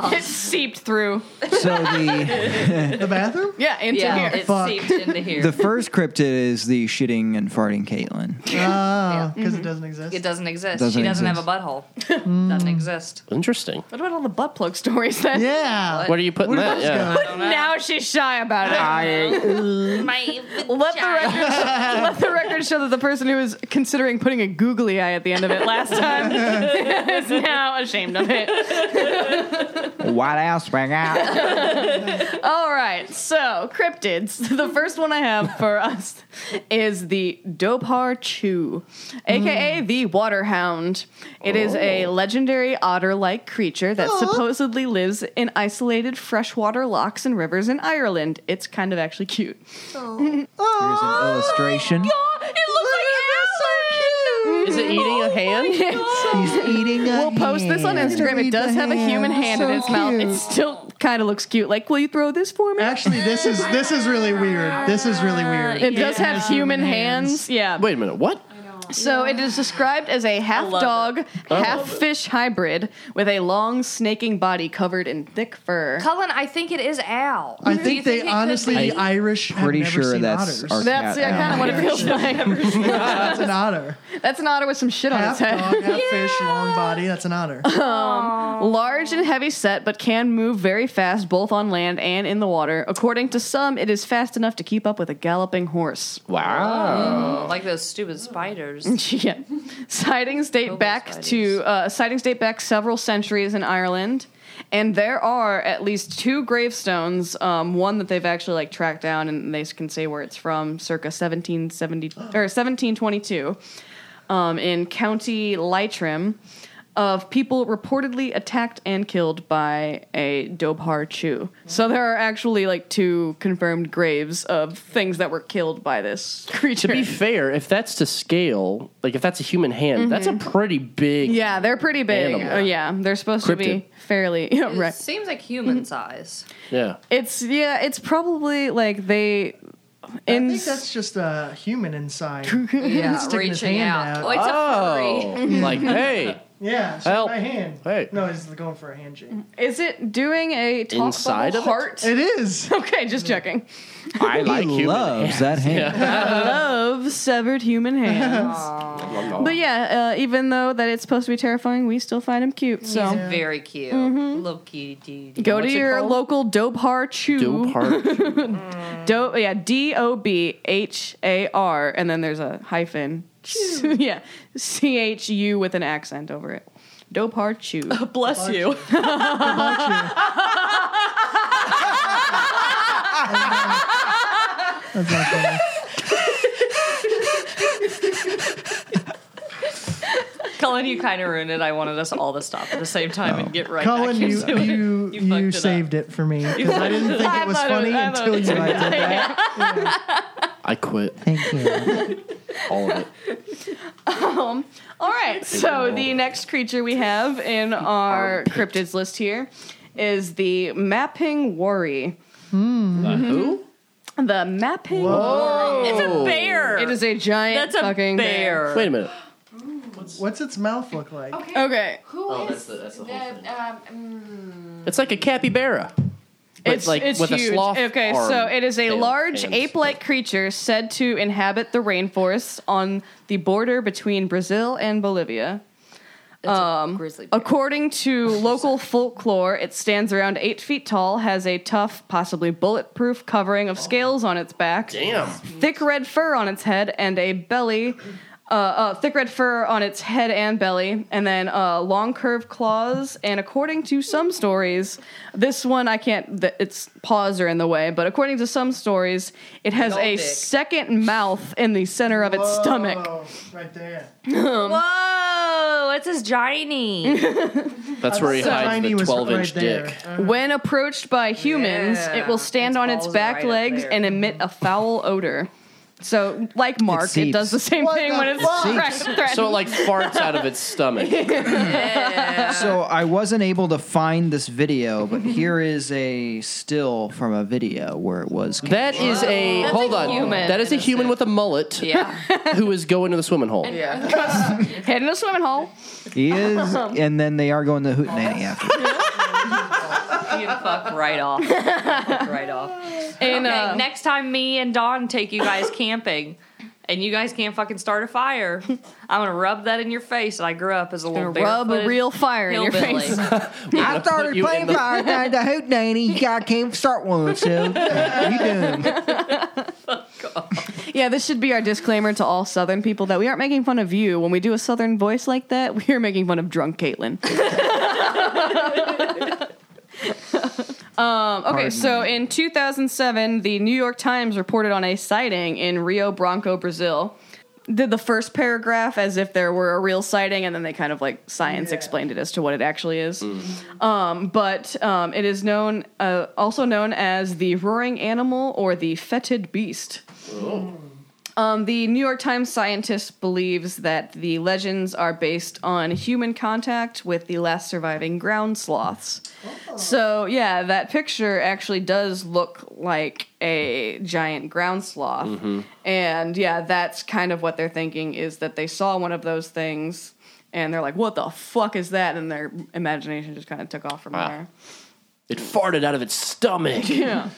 it seeped through.
So the-
the bathroom?
Yeah, into
Yeah,
here.
it Fuck. seeped into here.
the first cryptid is the shitting and farting Caitlin.
Ah, because
Mm-hmm.
it doesn't exist.
It doesn't exist.
Doesn't
she doesn't
exist.
have a butthole. doesn't exist.
Interesting.
What about all the butt plug stories then?
Yeah.
What are you putting that? Yeah.
Now she's shy about it. let the record let the record show that the person who was considering putting a googly eye at the end of it last time is now ashamed of it.
White ass bang out.
All right, so cryptids. The first one I have for us is the Dopar Chu,
Hmm.
aka the Water Hound. It is a
Oh.
legendary otter like creature that
Aw.
supposedly lives in isolated freshwater locks and rivers in Ireland. It's kind of actually cute. Oh
Here's an illustration.
Is it eating a hand?
He's eating a
We'll post this on
hand.
Instagram. It does have a human hand in its mouth. It still kind of looks cute. Like, will you throw this for me?
Actually, this is this is really weird. This is really weird.
It does have human hands. Yeah.
Wait a minute. What?
So it is described as a half dog, half fish hybrid with a long snaking body covered in thick fur.
Cullen, I think it is Al.
I
Do you
think they
it could
honestly,
be-
the Irish have
pretty
never
sure
seen
that's
otters.
our That's- cat, yeah, Al. kinda what it
feels like.
that's an otter.
That's an otter with some shit on
Half
its head.
dog, half fish, long body. That's an otter.
Um, large and heavy set, but can move very fast both on land and in the water. According to some, it is fast enough to keep up with a galloping horse.
Mm, Like those stupid spiders.
Oh. yeah. Sightings date back to uh, sightings date back several centuries in Ireland, and there are at least two gravestones. Um, one that they've actually like tracked down, and they can say where it's from, circa 1770 or 1722, um, in County Leitrim, of people reportedly attacked and killed by a Dobhar
Hmm.
Chu. So there are actually like two confirmed graves of things that were killed by this creature.
To be fair, if that's to scale, like if that's a human hand, that's a
Mhm.
pretty big.
Yeah, they're pretty big.
animal.
Oh, yeah, they're supposed to
Cryptid.
be fairly yeah,
It
right.
seems like human size.
Yeah.
It's yeah, it's probably like they in
I think that's just a human inside.
Yeah,
Sticking his
reaching
hand
out.
out.
Oh, it's a furry.
like, hey.
Yeah, shake
Help.
my hand.
Hey.
No, he's going for a handshake.
is it doing a talk
Inside
bubble
of it?
heart?
It is.
Okay, just
Mm-hmm.
checking.
I like human
loves that hand.
I love severed human hands. But yeah, uh, even though that it's supposed to be terrifying, we still find him cute. So
He's very cute. Little cutie.
Mm-hmm. Go to your local Dobhar Chew. Dobhar. Do, yeah, D O B H A R, and then there's a hyphen. yeah, C H U with an accent over it. Dobhar Chew.
Oh.
Bless you.
Cullen, you kind of ruined it. I wanted us all to stop at the same time and get right
Colin,
back
you
into it.
you, you, saved it for me because I didn't think
I
it was
thought it was-
funny
I thought
until
it
you
was-
did that.
I quit.
Thank you.
All of it.
Um, all right, so the next creature we have in our cryptids list here is the Mapping Worry.
who?
The Mapping Worry.
It's a
bear.
It is a giant
That's a
fucking bear.
Wait a minute.
What's its mouth look like?
Okay.
Who
Oh,
is
that's the- that's the whole
the, um,
It's like a capybara. but
It's
like
it's
with
huge.
a sloth.
okay,
arm,
so it is a
tail,
large
hands.
ape-like creature said to inhabit the rainforests on the border between Brazil and Bolivia. Um, according to local folklore, it stands around eight feet tall, has a tough, possibly bulletproof covering of scales on its back,
Damn.
thick red fur on its head, and a belly. Uh, uh, thick red fur on its head and belly, and then uh, long curved claws. And according to some stories, this one I can't. Th- its paws are in the way, but according to some stories, it has
Big
a
old dick.
second mouth in the center of its
Whoa,
stomach.
Oh,
Right there.
Whoa, it's his giny.
That's where he
So
hides
tiny
the
was
12
right
inch
there.
dick.
When approached by humans, it will stand on its
balls are
back
right up
legs
there.
and emit a foul odor. So, like Mark, it,
seeps.
does the same
What
thing
the
when it's
fuck?
threat- threatened.
So it like farts out of its stomach.
So I wasn't able to find this video, but here is a still from a video where it was.
That is a
That's a
hold on.
human
that is a human with a mullet.
Yeah.
who is going to the swimming hole?
yeah. Head in a swimming hole.
He is, and then they are going to Hootenanny after.
you fuck right off. Fuck right off.
And,
okay,
uh,
next time me and Dawn take you guys camping and you guys can't fucking start a fire, I'm gonna rub that in your face that I grew up as a little
Gonna rub a
barefooted
real fire in your
hillbilly.
face.
I started
you
playing
in the-
fire night the hoot nanny. You got can't start one, so you doing?
Yeah, this should be our disclaimer to all Southern people that we aren't making fun of you. When we do a Southern voice like that, we are making fun of drunk Caitlin. um, okay,
Pardon
so in 2007, the New York Times reported on a sighting in Rio Branco, Brazil. Did the first paragraph as if there were a real sighting, and then they kind of like science explained it as to what it actually is. Um, but um, it is known, uh, also known as the roaring animal or the fetid beast.
Um, the New York Times scientist believes that the legends are based on human contact with the last surviving ground sloths. So, yeah, that picture actually does look like a giant ground sloth.
Mm-hmm.
Mhm.
And yeah, that's kind of what they're thinking is that they saw one of those things and they're like, what the fuck is that? And their imagination just kind of took off from
Ah.
Wow.
there.
It farted out of its stomach.
Yeah.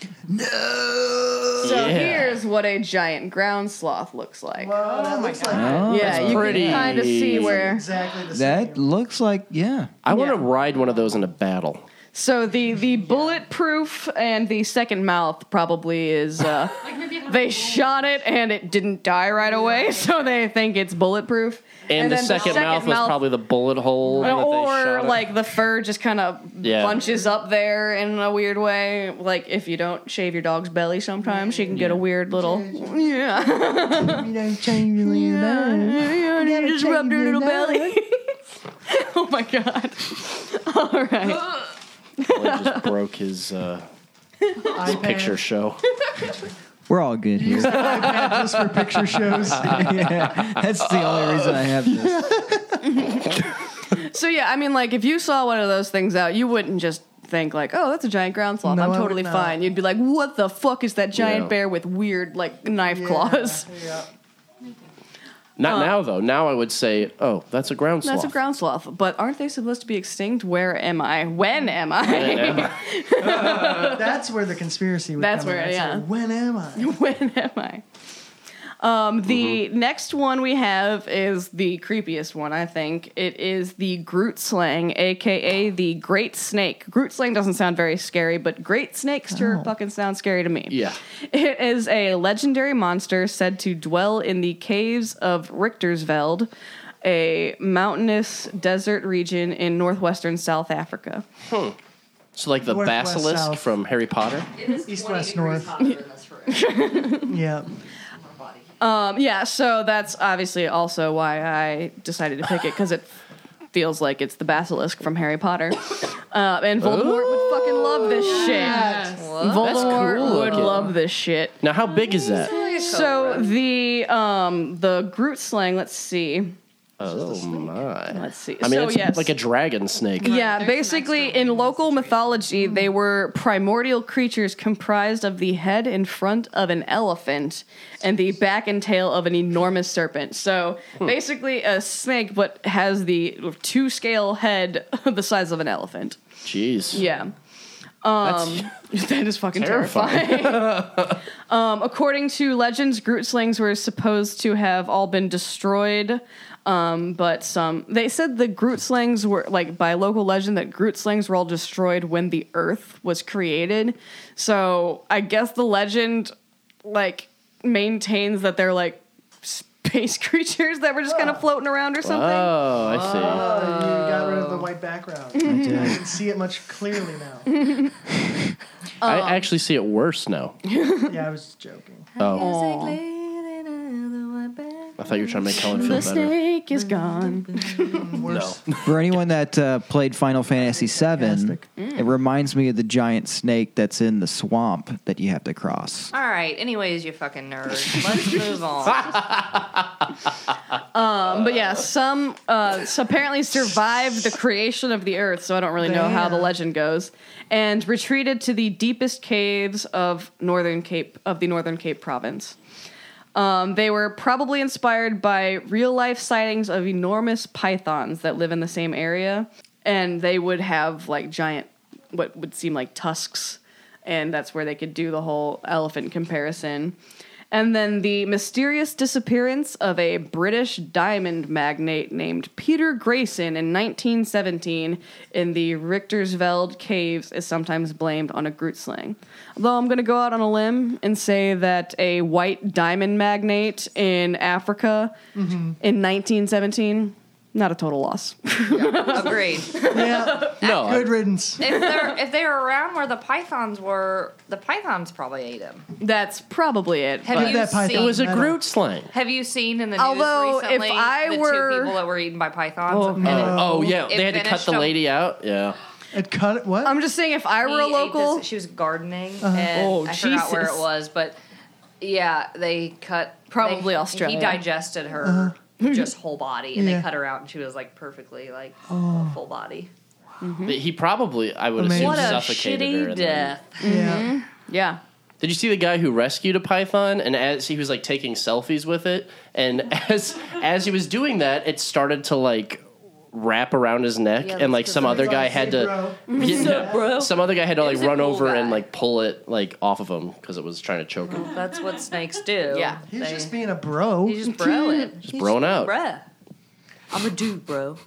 So
Yeah.
here's what a giant ground sloth looks like.
that looks like
Oh,
yeah,
that's
you
pretty.
can kind of see where.
exactly the same.
That looks like yeah.
I want to ride one of those in a battle.
So the the bulletproof and the second mouth probably is. Uh, they shot it and it didn't die right away, so they think it's bulletproof.
And, the,
then
second mouth was probably the bullet hole. that they shot
Or
at.
like the fur just kind of
Yeah.
bunches up there in a weird way. Like if you don't shave your dog's belly, sometimes she can get a weird little yeah.
You don't change your little
You gotta just rub your little belly. oh my god. All right.
Well, it just broke his, uh, his picture show.
We're all good here.
just for picture shows.
yeah, that's the only reason I have this.
So yeah, I mean, like if you saw one of those things out, you wouldn't just think like, "Oh, that's a giant ground sloth.
No, I
I'm
would
totally
not.
fine." You'd be like, "What the fuck is that giant
Yeah.
bear with weird like knife claws?"
Not
Uh,
now though. Now I would say, oh, that's a ground sloth.
That's a ground sloth. But aren't they supposed to be extinct? Where am I? When am I?
When am I?
That's where the conspiracy. Would
That's
come in.
where,
It's
yeah.
like, when am I?
when am I? Um, the
Mm-hmm.
next one we have is the creepiest one, I think. It is the Groot slang, aka the Great Snake. Groot slang doesn't sound very scary, but Great Snake sure
Oh.
fucking sounds scary to me.
Yeah.
It is a legendary monster said to dwell in the caves of Richtersveld, a mountainous desert region in northwestern South Africa.
Hmm. So like the
North, west,
basilisk
south.
from Harry Potter.
East, west, north. yeah.
Um, yeah, so that's obviously also why I decided to pick it because it feels like it's the basilisk from Harry Potter. Uh, and Voldemort would fucking love this shit.
Yes. That's
Voldemort
cool
would
looking.
love this shit.
Now how big is that?
So the um, the Groot slang. Let's see.
Oh my. Let's
see.
I mean,
So,
it's
yes.
like a dragon snake.
Yeah, basically, in local mythology, they were primordial creatures comprised of the head and front of an elephant and the back and tail of an enormous serpent. So
Hmm.
basically, a snake, but has the two scale head the size of an elephant.
Jeez.
Yeah. Um, that is fucking
Terrifying.
terrifying. um, according to legends, Grootslings were supposed to have all been destroyed, um, but some they said the Grootslings were like by local legend that Grootslings were all destroyed when the Earth was created. So I guess the legend like maintains that they're like space creatures that were just kind of floating around or something.
Oh, I see.
Oh, you got rid of the white background. I can see it much clearly now.
Um,
I actually see it worse now.
yeah, I was joking.
Oh. I thought you were trying to make Helen feel
The
better.
snake is gone.
No.
For anyone that uh, played Final Fantasy VII,
Hmm.
it reminds me of the giant snake that's in the swamp that you have to cross.
All right. Anyways, you fucking nerd. Let's move on.
Um, but yeah, some uh, so apparently survived the creation of the earth, so I don't really know how the legend goes, and retreated to the deepest caves of northern Cape of the Northern Cape province. Um, they were probably inspired by real life sightings of enormous pythons that live in the same area, and they would have like giant, what would seem like tusks, and that's where they could do the whole elephant comparison. And then the mysterious disappearance of a British diamond magnate named Peter Grayson in 1917 in the Richtersveld caves is sometimes blamed on a Groot slang. Although I'm going to go out on a limb and say that a white diamond magnate in Africa
Mm-hmm.
in 1917, not a total loss.
Agreed.
Yeah.
No.
Good riddance.
If they're if they're around where the pythons were, the pythons probably ate them.
That's probably it.
Have Give you that python seen-
it was a
metal.
Groot slang.
Have you seen in the news
Although, if
recently
I
the
were-
two people that were eaten by pythons?
Oh,
and it-
oh, yeah,
it
they had to cut
finished
the
them?
lady out. Yeah.
It cut it.
Um,
What?
I'm just saying, if I
He
were a
ate
local,
this- she was gardening,
Uh-huh.
and
Oh,
I forgot where it
Jesus.
was, but Yeah, they cut
Probably
they-
Australia.
He digested her
Uh-huh.
just whole body, and
Yeah.
they cut her out, and she was like perfectly like full body.
He probably, I would
Amazing.
assume,
What a
suffocated
shitty
her. and then-
death.
Yeah.
Did you see the guy who rescued a python? And as he was like taking selfies with it, and as as he was doing that, it started to like wrap around his neck,
Yeah,
and like
that's
some other
because-
guy had to,
Bro. What's up, bro?
some other guy had to
It
like
was a
run
cool
over
guy.
and like pull it like off of him because it was trying to choke him.
That's what snakes do. Yeah,
He's just being a bro.
He's just broing.
Just broing out.
Bruh. I'm a dude, bro.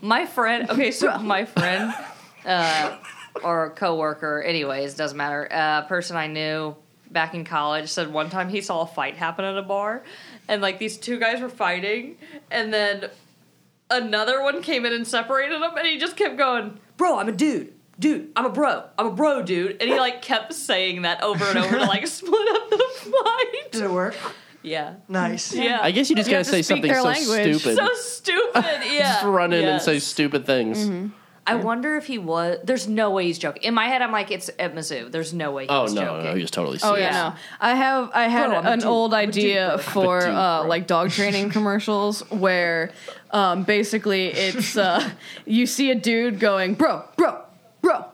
my friend, okay, so my friend uh, or coworker, anyways, doesn't matter. A person I knew back in college said one time he saw a fight happen at a bar, and like these two guys were fighting, and then another one came in and separated them, and he just kept going, "Bro, I'm a dude." Dude, I'm a bro. I'm a bro, dude. And he like kept saying that over and over to like split up the fight. Did
it work?
Yeah.
Nice.
Yeah.
I guess you just
You
gotta
have to
say
speak
something
their
so
language.
stupid.
So stupid. Yeah.
Just run in
Yes. Mm-hmm.
and say stupid things.
I wonder if he was. There's no way he's joking. In my head, I'm like, it's at Mizzou. There's no way. He
Oh
was
no,
joking.
no, he was totally. Serious.
Oh yeah, no. I have I had
Bro, I'm a
an
dude.
old
I'm a dude,
idea
bro.
for
I'm a dude,
uh, like dog training commercials where um, basically it's uh, you see a dude going bro bro bro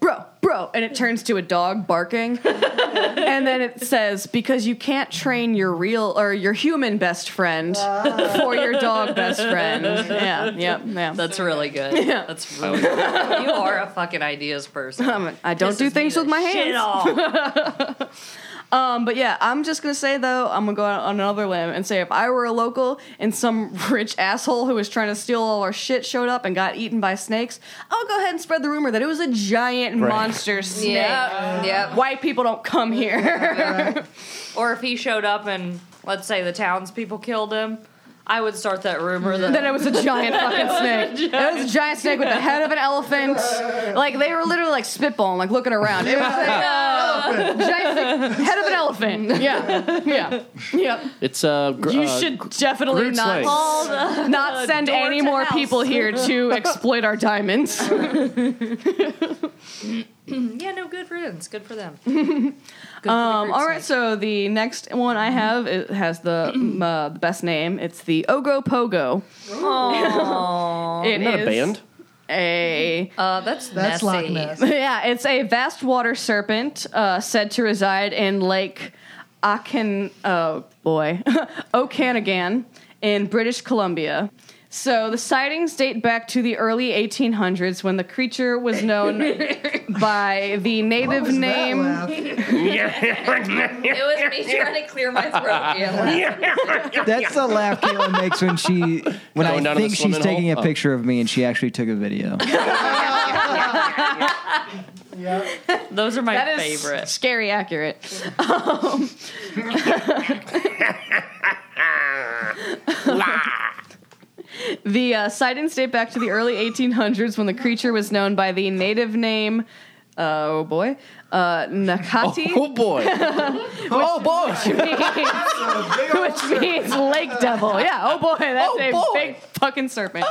bro bro and it turns to a dog barking and then it says because you can't train your real or your human best friend for your dog best friend yeah yeah yeah
that's really good
yeah
that's really good. you are a fucking ideas person.
I'm a- I don't
Pisses
do
me
things
the
with my
shit
hands. um, but yeah, I'm just gonna say though, I'm gonna go out on another limb and say if I were a local and some rich asshole who was trying to steal all our shit showed up and got eaten by snakes, I'll go ahead and spread the rumor that it was a giant
Right.
monster snake.
Yep, yep.
White people don't come here.
Or if he showed up and let's say the townspeople killed him, I would start that rumor that
Then it was a giant
That
fucking
it was a
snake. It was a giant snake with the head of an elephant. Like they were literally like spitballing, like looking around. It was like uh, giant snake, head of an elephant. Yeah, yeah, yeah.
It's uh. Gr-
You
uh,
should definitely
Groot's
not Uh,
legs.
Call the-
oh, not
the
send
door
any
to
more
house.
people here to exploit our diamonds.
yeah, no good riddance. Good for them.
Um, all right, so the next one I have it has the um, uh, the best name. It's the Ogo Pogo.
Aww.
It is A
uh, that's
That's
messy.
Loch Ness. yeah, it's a vast water serpent uh, said to reside in Lake Akin. Oh boy, Okanagan in British Columbia. So the sightings date back to the early 1800s when the creature was known by the native name.
it was me trying to clear my throat. Yeah.
That's the laugh Kayla makes when she when I
Going down to the
think she's
swimming hole?
taking
Oh.
a picture of me and she actually took a video.
Those are my
That is
favorite.
Scary accurate. Um, the uh, sightings date back to the early 1800s when the creature was known by the native name. Uh, oh boy, uh, Nakati.
Oh, boy.
oh boy, which means, which means lake devil. Yeah. Oh boy, that's a big fucking serpent.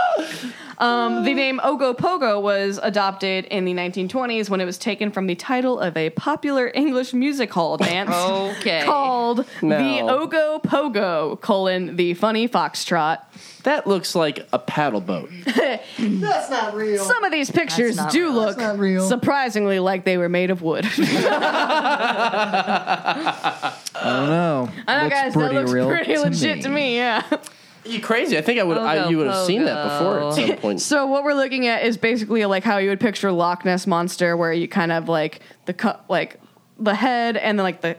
Um, the name Ogopogo was adopted in the 1920s when it was taken from the title of a popular English music hall dance
Okay.
called
No.
the Ogopogo colon the funny foxtrot.
That looks like a paddle boat.
That's not real.
Some of these pictures
not
do
real.
look
That's not real.
surprisingly like they were made of wood.
I don't know.
I know,
Looks
guys, that
pretty
looks
real
pretty
to
legit
me.
to me. Yeah.
You crazy? I think I would. I,
Oh, Pogo,
you would have seen that before at
pogo.
some point.
So what we're looking at is basically like how you would picture Loch Ness monster, where you kind of like the cu- like the head and then like the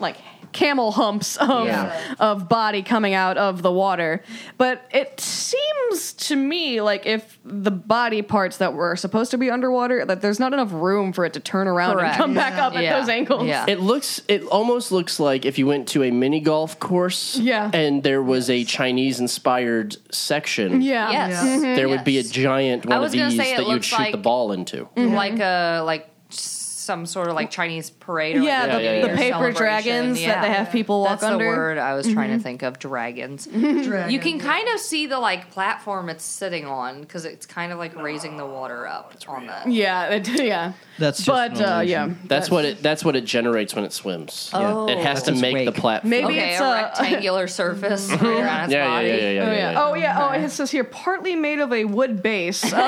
like camel humps of
Yeah.
of body coming out of the water. But it seems to me like if the body parts that were supposed to be underwater, that there's not enough room for it to turn around and come back up at those ankles.
It looks. It almost looks like if you went to a mini golf course.
Yeah.
And there was a Chinese-inspired section.
Yeah. Yes. Yeah. Mhm.
Mm-hmm. There would be a giant
I
one of
was gonna
these
say it
that you'd
Mm-hmm.
looks
shoot
like-
the ball into.
Like a like s- some sort of like Chinese parade. Or
Yeah,
like
the- the paper dragons that they have people walk
That's the
under.
word I was trying
Mhm.
to think of. Dragons.
Dragon,
you can kind of see the like platform it's sitting on because it's kind of like raising the water up on that.
Yeah, it, yeah.
That's
just But, an uh, illusion. yeah,
that's, what it that's what it generates when it swims.
Yeah. Oh.
It has
That's
to
its
make the platform.
Maybe
Okay,
it's
a
a-
rectangular surface.
Mhm.
around its
Yeah, yeah,
body.
yeah, yeah, yeah,
oh yeah. Oh yeah. Oh, it says here partly made of a wood base.
yeah.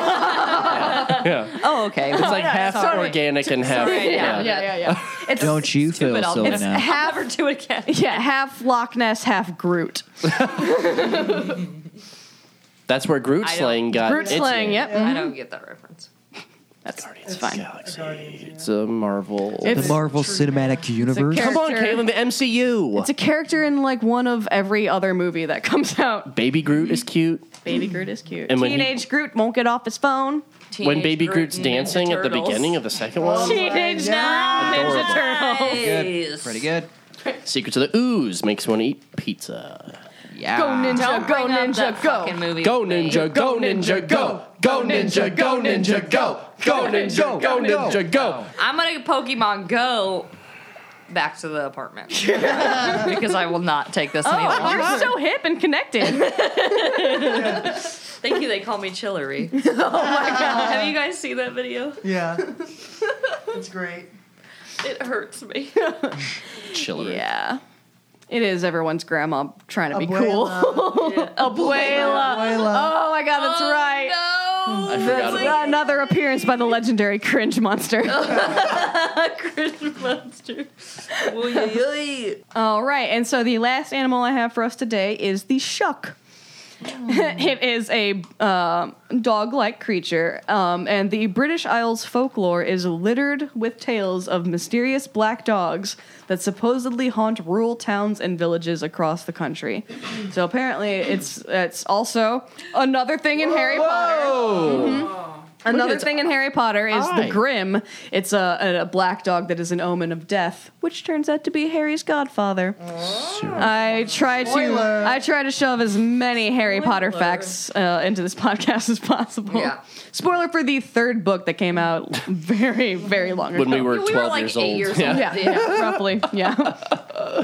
oh, okay.
It's
Oh,
like
yeah,
half
sorry.
organic and half.
Sorry, yeah, yeah, yeah, yeah. It's
Don't you feel
I'll-
silly
it's
now?
half or
do it again.
Yeah, half Loch Ness, half Groot.
That's where Groot
I don't-
slang got
Groot
its
slang,
name.
yep. Mhm.
I don't get that reference.
That's it's fine.
It's a Marvel.
It's-
the Marvel Cinematic Universe.
Come on, Caitlin,
the MCU.
It's a character in like one of every other movie that comes out.
Baby Groot is cute.
Baby Groot is cute.
And when he-
Teenage Groot won't get off his phone.
when Baby Groot's dancing at the beginning of the second one.
Teenage Ninja Turtles.
Pretty good. Secrets of the Ooze makes one eat pizza. Yeah.
Go ninja,
Don't
go
bring up
ninja,
that
go.
fucking movie
Go
with me.
ninja, go ninja, go. Go ninja, go ninja, go. Go ninja, go ninja, go.
I'm gonna Pokemon Go back to the apartment because I will not take this any
Oh,
longer.
you're so hip and connected.
Thank you. They call me Chillery. oh my god! Have you guys seen that video?
Yeah. It's great.
It hurts me.
Chillery.
Yeah. It is everyone's grandma trying to be cool. Abuela.
Uh,
Oh my god, that's right.
No.
I
That's
forgot about
another appearance by the legendary cringe monster.
Cringe monster. Ooh-yee-yee.
All right, and so the last animal I have for us today is the shuck. it is a um dog like creature, um, and the British Isles folklore is littered with tales of mysterious black dogs that supposedly haunt rural towns and villages across the country. So apparently, it's it's also another thing in Harry Potter. Mhm. Another
its
thing in Harry Potter is
eye.
the Grim. It's a, a, a black dog that is an omen of death, which turns out to be Harry's godfather. I try
Mm.
to
Spoiler.
I try to shove as many Harry Potter facts uh, into this podcast as possible.
Yeah.
Spoiler for the third book that came out very very long
When
ago.
we were We were 12 like years eight old. years old.
Yeah,
Yeah.
yeah, roughly. Yeah.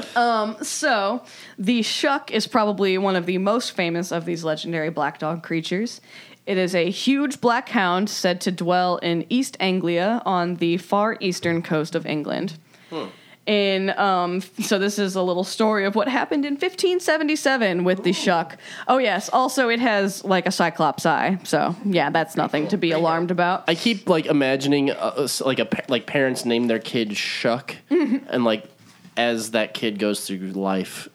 Um, so the shuck is probably one of the most famous of these legendary black dog creatures. It is a huge black hound said to dwell in East Anglia on the far eastern coast of England in um f- so this is a little story of what happened in 1577 with the shuck oh yes also it has like a cyclops eye so yeah that's nothing to be alarmed about
I keep like imagining uh, s- like a pa- like parents name their kid Shuck, and like as that kid goes through life,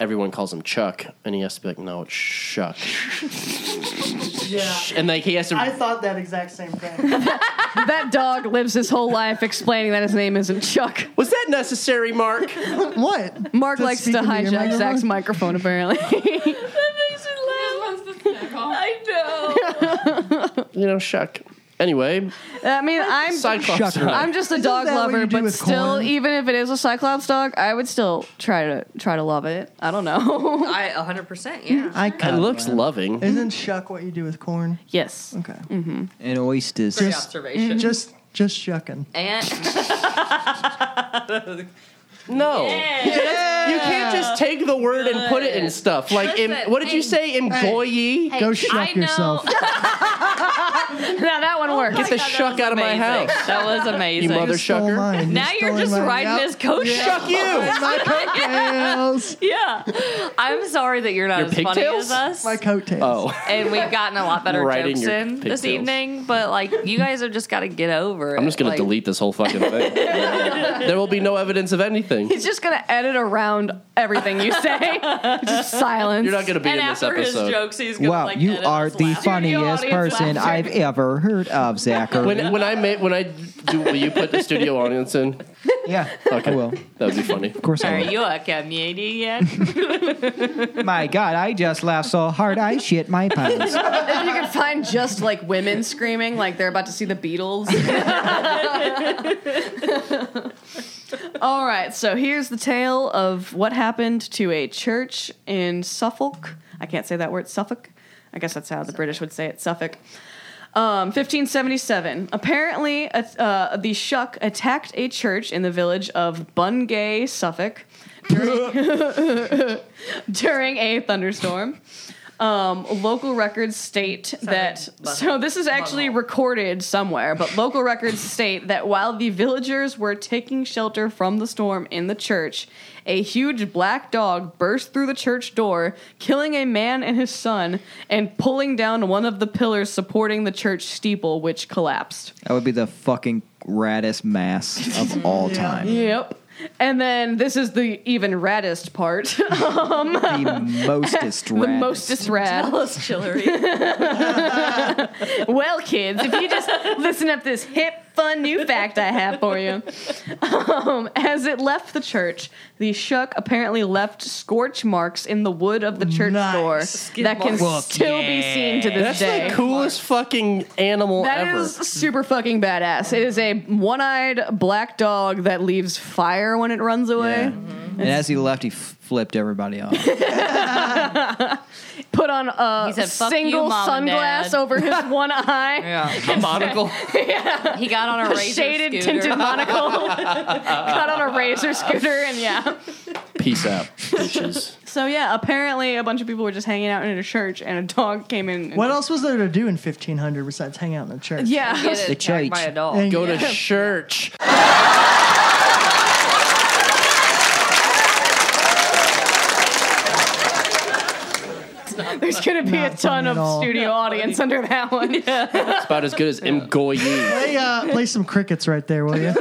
everyone calls him Chuck, and he has to be like, no, it's Shuck,
Yeah.
and like he has to.
I thought that exact same thing.
that dog lives his whole life explaining that his name isn't chuck
was that necessary mark
what
mark
To
likes to
speak into your
hijack zach's microphone apparently
I
you know, Shuck. Anyway,
I mean, I'm
Cyclops Shucker.
I'm just a
Isn't
dog
that what
lover,
you do
but
with
still,
corn?
even if it is a Cyclops dog, I would still try to try to love it. I don't know.
I 100 percent yeah.
I
it looks loving.
Isn't shuck what you do with corn?
Yes.
Okay.
Mm-hmm.
And oysters.
Great observation.
Just just shucking.
And
no, you can't just take the word and put it in stuff. Like, em-
Listen,
what did you
hey,
say? Employee,
hey, Go shuck I know- yourself.
now that one worked.
Get the shuck out of my house.
That was amazing.
You mother
You stole
shucker.
Now you're just riding his coat.
Shuck you.
My coattails.
yeah. I'm sorry that you're not
Your
as funny
pigtails?
as us.
My coattails. Oh.
and we've gotten a lot better
Riding
jokes
your
in this
pigtails.
evening, but like you guys have just got to get over it.
I'm just gonna
Like,
delete this whole fucking thing. there will be no evidence of anything.
He's just gonna edit around everything you say. just silence.
You're not gonna be in this episode.
Wow, you are the funniest
audience
person
laughs.
I've ever heard of, Zachary.
when when I ma- when I do, will you put the studio audience in?
Yeah,
okay.
I will.
That would be funny. Of
course
Are
I
you a comedian?
will. My God, I just laughed so hard I shit my pants.
if you could find just like women screaming like they're about to see the Beatles. All right, so here's the tale of what happened to a church in Suffolk. I can't say that word, Suffolk. I guess that's how the British would say it, Suffolk. Um, 1577. Apparently, a- uh, the Shuck attacked a church in the village of Bungay, Suffolk, during, during a thunderstorm. Um, local records state that. so, this is actually recorded somewhere, but local records state that while the villagers were taking shelter from the storm in the church, a huge black dog burst through the church door, killing a man and his son, and pulling down one of the pillars supporting the church steeple, which collapsed.
That would be the fucking raddest mass of all time.
Yep. And then this is the even raddest part. um,
The mostest
the
raddest.
mostest rad.
Tell us, Chillery.
well, kids, if you just listen up this hip, fun new fact I have for you. Um, as it left the church, the shuck apparently left scorch marks in the wood of the church door that can
marks. Well,
still be seen to
That's
this day.
the coolest fucking animal
That
ever.
is super fucking badass. It is a one-eyed black dog that leaves fire when it runs away.
And as he left, he f- flipped everybody off.
Put on a
said, "Fuck you,
single
Mom and
sunglass
Dad."
over his one eye.
A monocle.
yeah.
He got on a razor
shaded
scooter.
tinted monocle. got on a razor scooter and yeah.
Peace out, bitches.
So yeah, apparently a bunch of people were just hanging out in a church and a dog came in. And
What else was there to do in 1500 besides hang out in a church?
Yeah. Get The attacked by church. a dog.
And-
Go to church.
There's gonna be a ton
at all.
of studio audience under that one.
It's about as good as Mgoyi.
Play, uh, play some crickets right there, will you?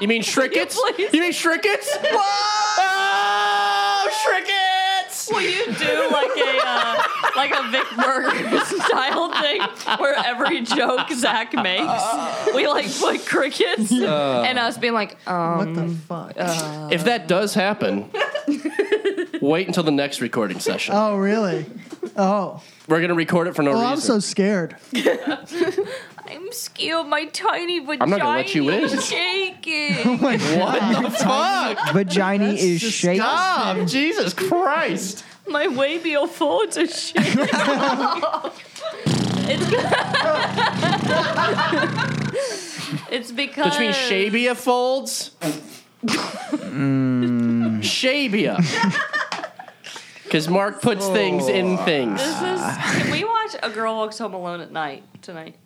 You mean shrickets? You mean shrickets? Oh, shrickets!
Will you do like a uh, like a Vic Berger style thing where every joke Zach makes, we like put crickets
Uh.
and us being like, um,
what the fuck?
If that does happen, wait until the next recording session.
oh, really? Oh.
We're gonna record it for no
oh,
reason.
I'm so scared.
I'm scared. My tiny vagina
I'm not gonna let you in.
is shaking.
my
What the fuck?
Vagina is shaking.
Stop! Jesus Christ!
My wabial folds are shaking. it's, it's because
Uh.
Which means Shabia folds. Mm. Shabia. Because Mark puts things in things.
This is. Can we watch A Girl Walks Home Alone at Night tonight?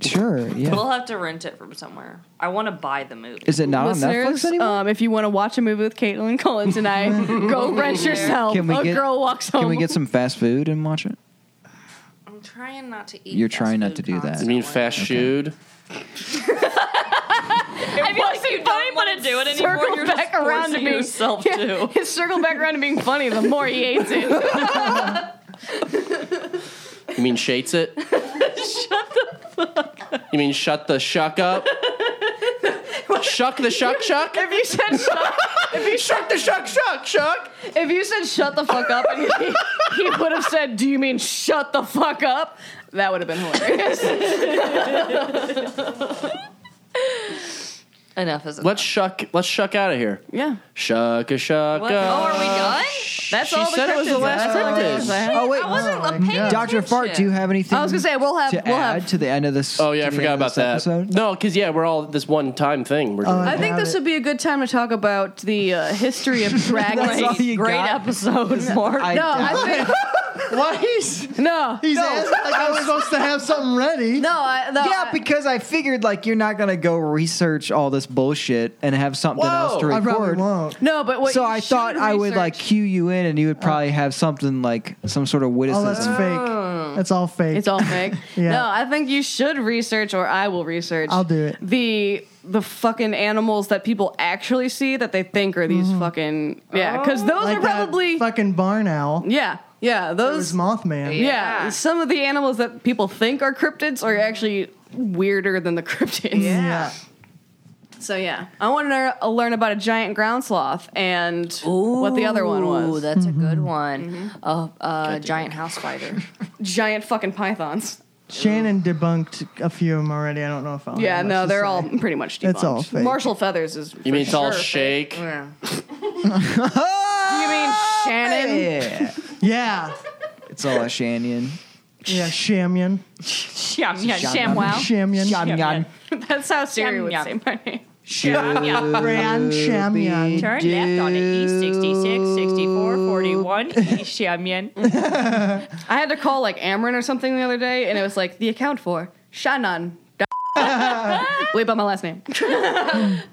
Sure, yeah.
We'll have to rent it from somewhere. I want to buy the movie.
Is it not on
Listeners,
Netflix anymore?
um, if you want to watch a movie with Caitlin Collins and I, go rent yourself.
Can we
a
get-
girl walks home.
Can we get some fast food and watch it?
I'm trying not to eat.
You're trying not to do that.
You mean fast food?
I feel like you don't want to do it anymore.
circle
You're
back
just
around to
forcing
being
yourself
yeah,
to.
His circle back around to being funny. The more he hates it.
You mean shades it? shut the fuck You mean shut the shuck up? shuck the shuck shuck?
If you said shut, if you
shuck the shuck shuck shuck,
if you said shut the fuck up, and he, he would have said, "Do you mean shut the fuck up?" That would have been hilarious.
Enough is enough.
Let's shuck let's shuck out of here.
Yeah.
Shuck a shuck
What? Oh, are we done?
That's
She
all the
said it was the
cryptids.
last
That's all the
cryptids.
cryptids I had.
Oh, wait.
I wasn't
Oh,
paying
yeah.
Dr. Fart, do you have anything
I was gonna say we'll have
to
we'll
add
have.
to the end of this?
Oh yeah, I
to the
forgot
end of
about
this
that.
episode?
No, because yeah, we're all this one time thing. We're doing.
I think this would be a good time to talk about the uh, history of dragons.
That's all you
Great
got?
episode, Mark.
I
no,
doubt
I think
Why he's
no.
he's
no.
asking like I was supposed to have something ready.
No, I, no,
yeah,
I-
because I figured like you're not gonna go research all this bullshit and have something else to
I probably
record.
won't.
no, but what
so
you
I
should
thought I would
research-
like cue you in, and you would probably have something like some sort of
Oh, that's
witticism.
Uh,
fake. That's all fake.
It's all fake.
Yeah.
No, I think you should research, or I will research.
I'll do it.
The the fucking animals that people actually see that they think are
Mm-hmm.
these fucking yeah,
Oh.
because those
like
are
that
probably
fucking barn owl.
yeah yeah
It
those
was Mothman.
yeah. some of the animals that people think are cryptids are actually weirder than the cryptids.
Yeah.
So yeah, I want to learn about a giant ground sloth and what the other one
Ooh,
was.
that's a good one.
Mm-hmm.
Oh, uh, giant house spider.
Giant fucking pythons.
Shannon debunked a few of them already. I don't know if I'll.
Yeah,
have
no,
much to
they're
say.
all pretty much debunked.
It's all fake.
Marshall Feathers is.
You mean
for
it's all
sure fake.
shake?
Yeah. you mean Shannon?
Yeah,
Yeah,
it's all a Shannon. Yeah, Shamyan.
Sham, yeah,
Shamyan.
ShamWow.
Shamyan. Shamyan.
That's how Siri would say my name.
Grand Shamyan.
Turn left on E66, 64, 41, East Xiamen.
I had to call like Amron or something the other day, and it was like the account for Shannon. Bleep out my last name.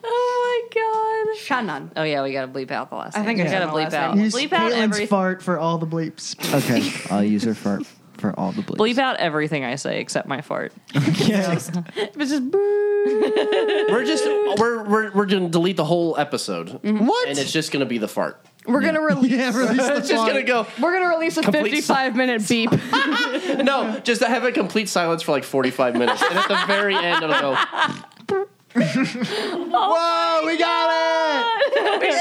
oh my god. Shannon.
Oh yeah, we gotta bleep out the last.
I think
name.
I
gotta
said
bleep
the last
out.
name.
Use
Bleep out
Caitlin's
everything.
fart for all the bleeps.
Okay, I'll use her for for all the bleeps.
Bleep out everything I say except my fart.
It was just
We're just we're we're we're gonna delete the whole episode.
What?
And it's just gonna be the fart.
We're gonna release.
Yeah, release the It's just font. gonna go
We're gonna release a
complete
fifty-five minute beep.
no, just have a complete silence for like forty five minutes, and at the very end it'll go.
Whoa, we got it!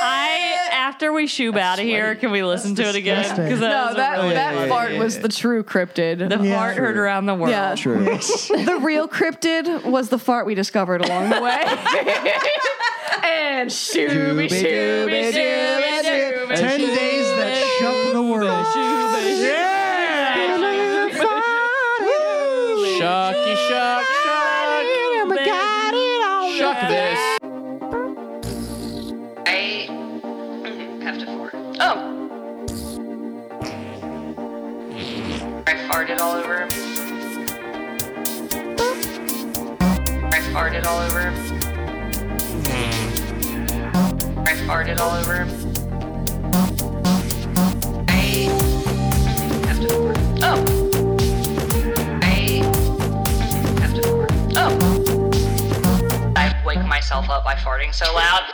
I after we shoob out of here, can we listen to it again?
no,
Because
that, that, part was the true cryptid.
The fart heard around the world.
Yeah.
True.
the real cryptid was the fart we discovered along the way. and shooby, shooby, shooby, shooby, shooby.
Ten days that shook the world.
Shucky shuck shuck. Shuck this.
I mm-hmm, have to fart. Oh. I farted all over him. I farted all over him. I farted all over him. I mm-hmm, have to fart. Oh. I mm-hmm, have to fart. Oh. I wake myself up by farting so loud.